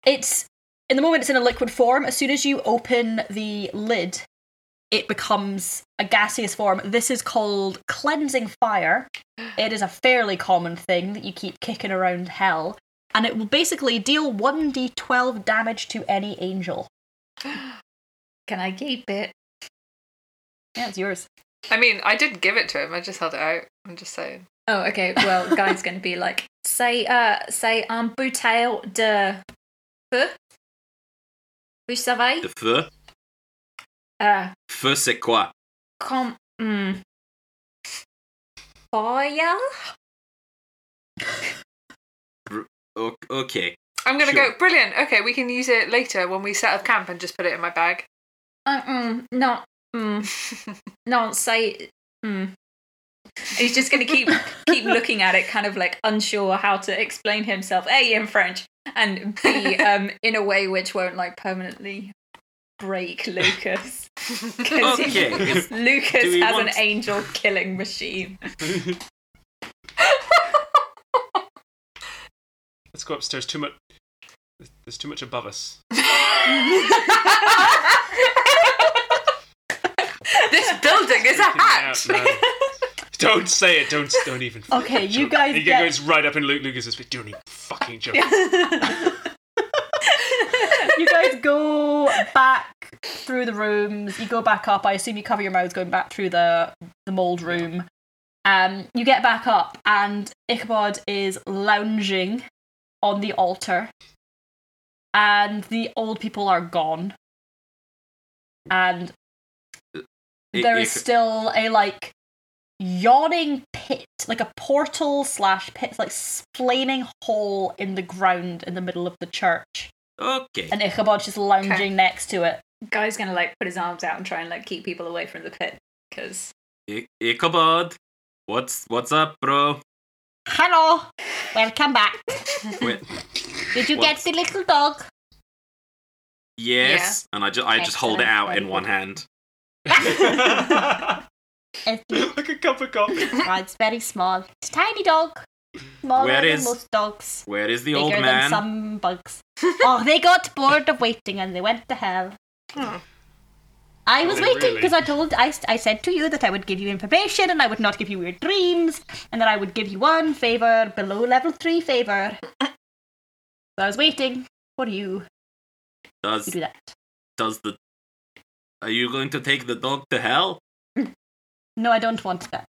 it's in the moment it's in a liquid form. As soon as you open the lid, it becomes a gaseous form. This is called cleansing fire. It is a fairly common thing that you keep kicking around hell, and it will basically deal one d twelve damage to any angel.
Can I keep it?
Yeah, it's yours.
I mean, I didn't give it to him, I just held it out. I'm just saying.
Oh, okay. Well, guy's going to be like, say, uh, say, um, bouteille de feu. Vous savez?
The feu,
Uh,
feu c'est quoi?
com, mm, fire?
O- okay.
I'm gonna
Sure.
go, brilliant, okay, we can use it later when we set up camp and just put it in my bag.
Uh-uh, Uh, mm, no, mm, no, say, mm, And he's just going to keep keep looking at it, kind of like unsure how to explain himself. A in French and B um, in a way which won't like permanently break Lucas. 'Cause he-
Okay.
Lucas
Do we
has an
want-
angel killing machine.
Let's go upstairs. Too much. There's too much above us.
this building is a hat.
Yeah, no. don't say it. Don't. Don't even.
Okay, you
joke.
guys
It
get-
goes right up in Luke Lucas's face. Don't even fucking joke.
you guys go back through the rooms. You go back up. I assume you cover your mouths going back through the the mold room. Um, you get back up, and Ichabod is lounging on the altar, and the old people are gone, and
You-
there
you
is
c-
still a like yawning pit, like a portal slash pit, like flaming hole in the ground in the middle of the church,
Okay.
and Ichabod's just lounging
Okay.
next to it.
Guy's going to like put his arms out and try and like keep people away from the pit because
I- Ichabod, what's what's up, bro?
Hello, welcome back.
Wait,
Did you
What's-
get the little dog?
yes. And I just I just hold it
Excellent.
out in one hand.
It's,
like a cup of coffee.
oh, it's very small. It's a tiny dog. Smaller
Where
than
is-
most dogs.
Where is the
Bigger
old
than
man?
some bugs. oh, they got bored of waiting and they went to hell.
Hmm.
I was
Oh,
waiting
really?
because I told I, I said to you that I would give you information and I would not give you weird dreams and that I would give you one favor below level three favor. so I was waiting for you to
Does
do that.
does the Are you going to take the dog to hell?
No, I don't want that.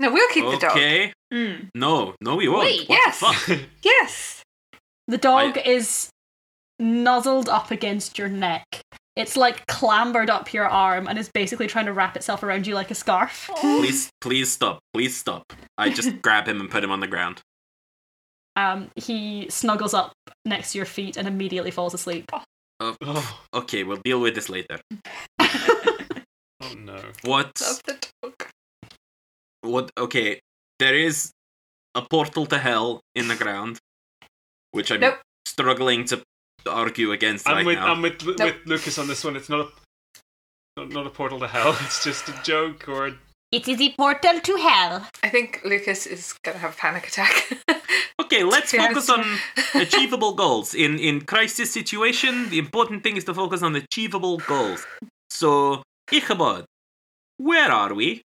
No, we'll keep the dog.
okay.
mm,
No, no we won't.
Wait,
What
yes.
the fuck?
Yes.
The dog is nuzzled up against your neck. It's like clambered up your arm and is basically trying to wrap itself around you like a scarf.
Oh.
Please please stop. Please stop. I just grab him and put him on the ground.
Um, he snuggles up next to your feet and immediately falls asleep.
Oh,
Okay, we'll deal with this later.
oh no.
What
Love the dog.
what okay there is a portal to hell in the ground which i'm
Nope.
struggling to argue against
I'm
right
with.
now
I'm with, with Lucas on this one. It's not a. Not, not a portal to hell. It's just a joke or. A,
It is the portal to hell.
I think Lucas is gonna have a panic attack.
okay let's
Yeah.
focus on achievable goals in in crisis situation the important thing is to focus on achievable goals so ichabod where are we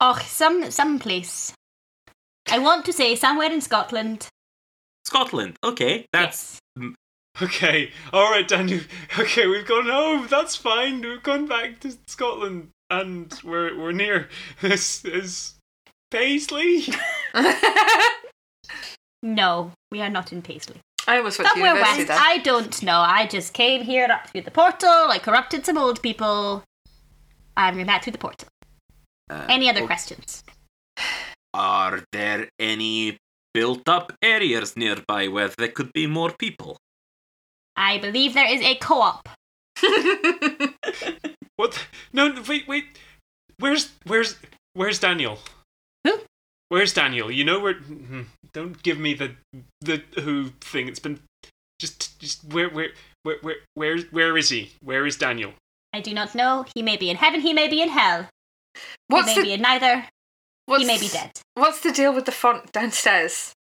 Oh, some some place. I want to say somewhere in Scotland.
scotland okay that's
yes.
okay. All right, Daniel. Okay, we've gone home. That's fine. We've gone back to Scotland, and we're we're near. This is Paisley.
No, we are not in Paisley.
I almost went to
Somewhere
university
west.
there.
I don't know. I just came here up through the portal. I corrupted some old people. I'm going back through the portal.
uh,
Any other
o-
questions?
are there any built up areas nearby where there could be more people
I believe there is a co-op.
What? The, no, no, wait, wait. Where's where's where's Daniel?
Who?
Where's Daniel? You know where? mhm. Don't give me the the who thing. It's been just just where where where where where where is he? Where is Daniel?
I do not know. He may be in heaven. He may be in hell.
what's
he may
the
be in neither.
what's,
He may be dead.
What's the deal with the font downstairs?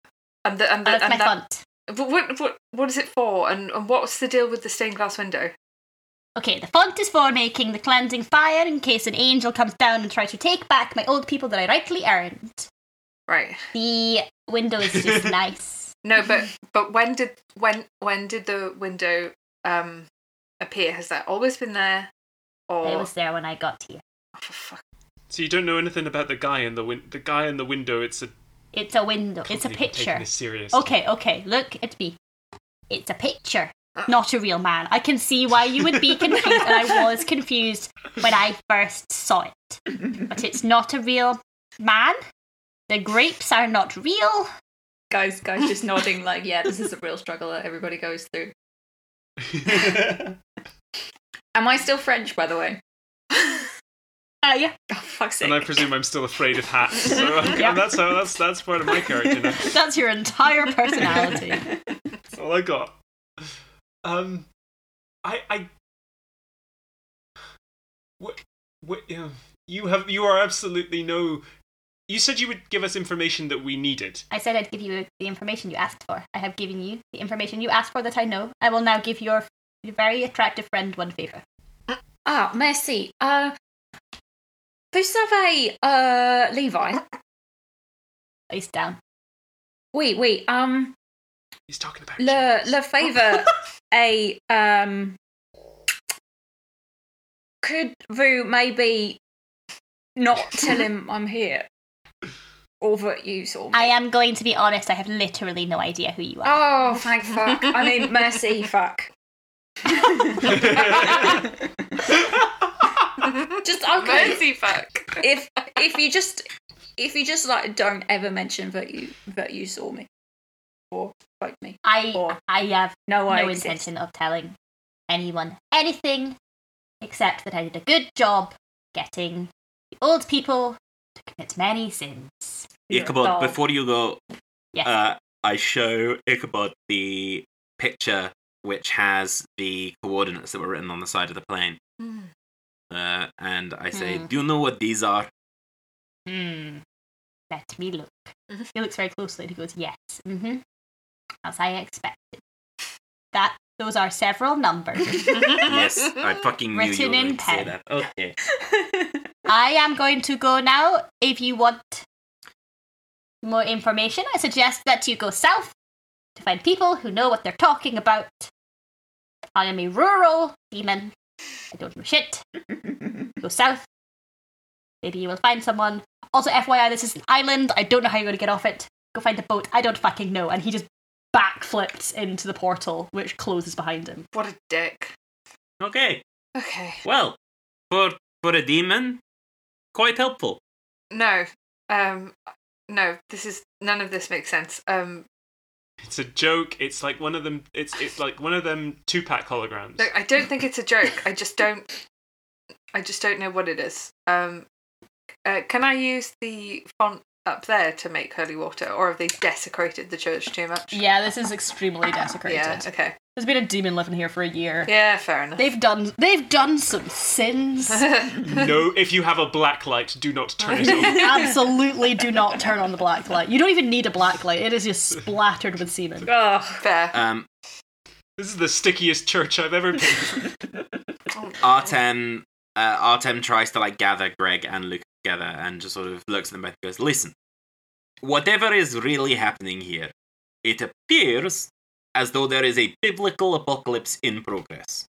And the and
Oh,
the
that's
and
my
that,
font.
But what what what is it for? And and what's the deal with the stained glass window?
Okay, the font is for making the cleansing fire in case an angel comes down and tries to take back my old people that I rightly earned.
Right.
The window is just nice.
No, but but when did when when did the window um appear? Has that always been there? Or
It was there when I got here.
Oh, for fuck.
So you don't know anything about the guy in the win- the guy in the window. It's a
It's a window. It's a
can't believe you're Taking
picture. Oh.
this serious.
Okay, okay, look at me. It's a picture, not a real man. I can see why you would be confused, and I was confused when I first saw it. But it's not a real man. The grapes are not real.
guys, guys, just nodding like, yeah, this is a real struggle that everybody goes through. Am I still French, by the way?
Uh, yeah.
Oh, fuck's sake.
And I presume I'm still afraid of hats. So
Yeah.
that's how that's that's part of my character now.
That's your entire personality.
That's all I got. Oh Um, I, I, what, what, yeah, you have, you are absolutely no. You said you would give us information that we needed.
I said I'd give you the information you asked for. I have given you the information you asked for that I know. I will now give your your very attractive friend one favor.
Ah, merci. Uh, vous savez, uh, Levi.
Face down.
Oui, oui. Um,
He's talking about. you.
le le favor a um. Could vous maybe not tell him I'm here, or that you saw me?
I am going to be honest. I have literally no idea who you are.
Oh, thank fuck. I mean, mercy, fuck. just okay.
Mercy fuck.
If if you just if you just like don't ever mention that you that you saw me or spoke me.
I
Or-
I uh, have
No, I
no
exist.
intention of telling anyone anything except that I did a good job getting the old people to commit many sins.
Ichabod, before you go,
Yes.
uh, I show Ichabod the picture which has the coordinates that were written on the side of the plane. Uh, and I say,
Hmm.
Do you know what these are?
Hmm. Let me look. He looks very closely and he goes, Yes. Mm-hmm. As I expected. That those are several numbers.
yes, I fucking knew
Written
you were going
in
to say
pen.
that. Okay.
I am going to go now. If you want more information, I suggest that you go south to find people who know what they're talking about. I am a rural demon. I don't know shit. go south. Maybe you will find someone. Also, FYI, this is an island. I don't know how you're going to get off it. Go find a boat. I don't fucking know. And he just
Backflips into the portal, which closes behind him.
What a dick.
Okay.
Okay.
Well, for for a demon, quite helpful.
No. Um. No. This is none of this makes sense. Um.
It's a joke. It's like one of them. It's it's like one of them two pack holograms.
Look, I don't think it's a joke. I just don't. I just don't know what it is. Um. Uh, can I use the font up there to make holy water, or have they desecrated the church too much?
Yeah, this is extremely desecrated.
Yeah. Okay.
There's been a demon living here for a year.
Yeah. Fair enough.
They've done they've done some sins.
No, if you have a black light, do not turn it on.
Absolutely do not turn on the black light. You don't even need a black light. It is just splattered with semen.
oh,
fair.
Uh,
Um,
This is the stickiest church I've ever been. to.
Artem uh, Artem tries to like gather Greg and Luke together and just sort of looks at them both and goes, Listen, whatever is really happening here, it appears as though there is a biblical apocalypse in progress.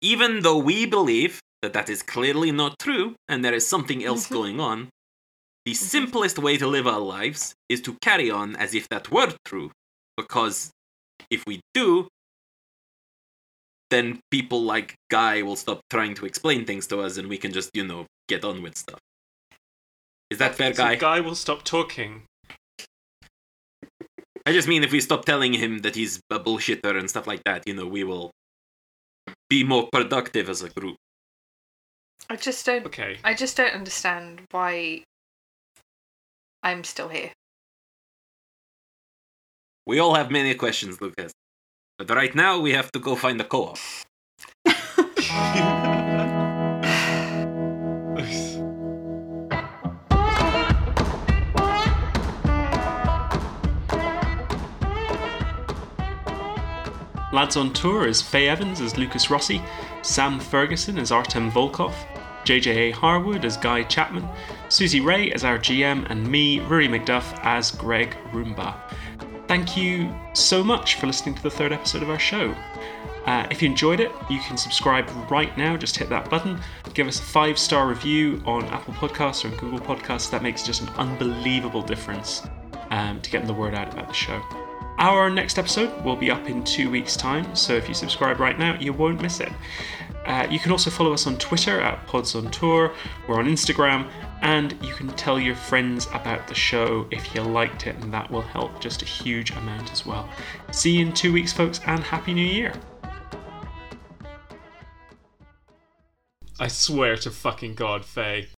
Even though we believe that that is clearly not true and there is something else going on, the simplest way to live our lives is to carry on as if that were true. Because if we do, then people like Guy will stop trying to explain things to us and we can just, you know, get on with stuff. Is that fair,
So
Guy?
guy will stop talking.
I just mean if we stop telling him that he's a bullshitter and stuff like that, you know, we will be more productive as a group.
I just don't.
Okay.
I just don't understand why I'm still here.
We all have many questions, Lucas. But right now, we have to go find a co op.
Lads on Tour is Faye Evans as Lucas Rossi, Sam Ferguson as Artem Volkov, JJA Harwood as Guy Chapman, Susie Ray as our GM, and me, Rory McDuff, as Greg Roomba. Thank you so much for listening to the third episode of our show. Uh, if you enjoyed it, you can subscribe right now. Just hit that button. Give us a five star review on Apple Podcasts or Google Podcasts. That makes just an unbelievable difference um, to getting the word out about the show. Our next episode will be up in two weeks' time, so if you subscribe right now, you won't miss it. Uh, you can also follow us on Twitter at Pods on Tour. We're on Instagram, and you can tell your friends about the show if you liked it, and that will help just a huge amount as well. See you in two weeks, folks, and Happy New Year! I I swear to fucking God, Faye.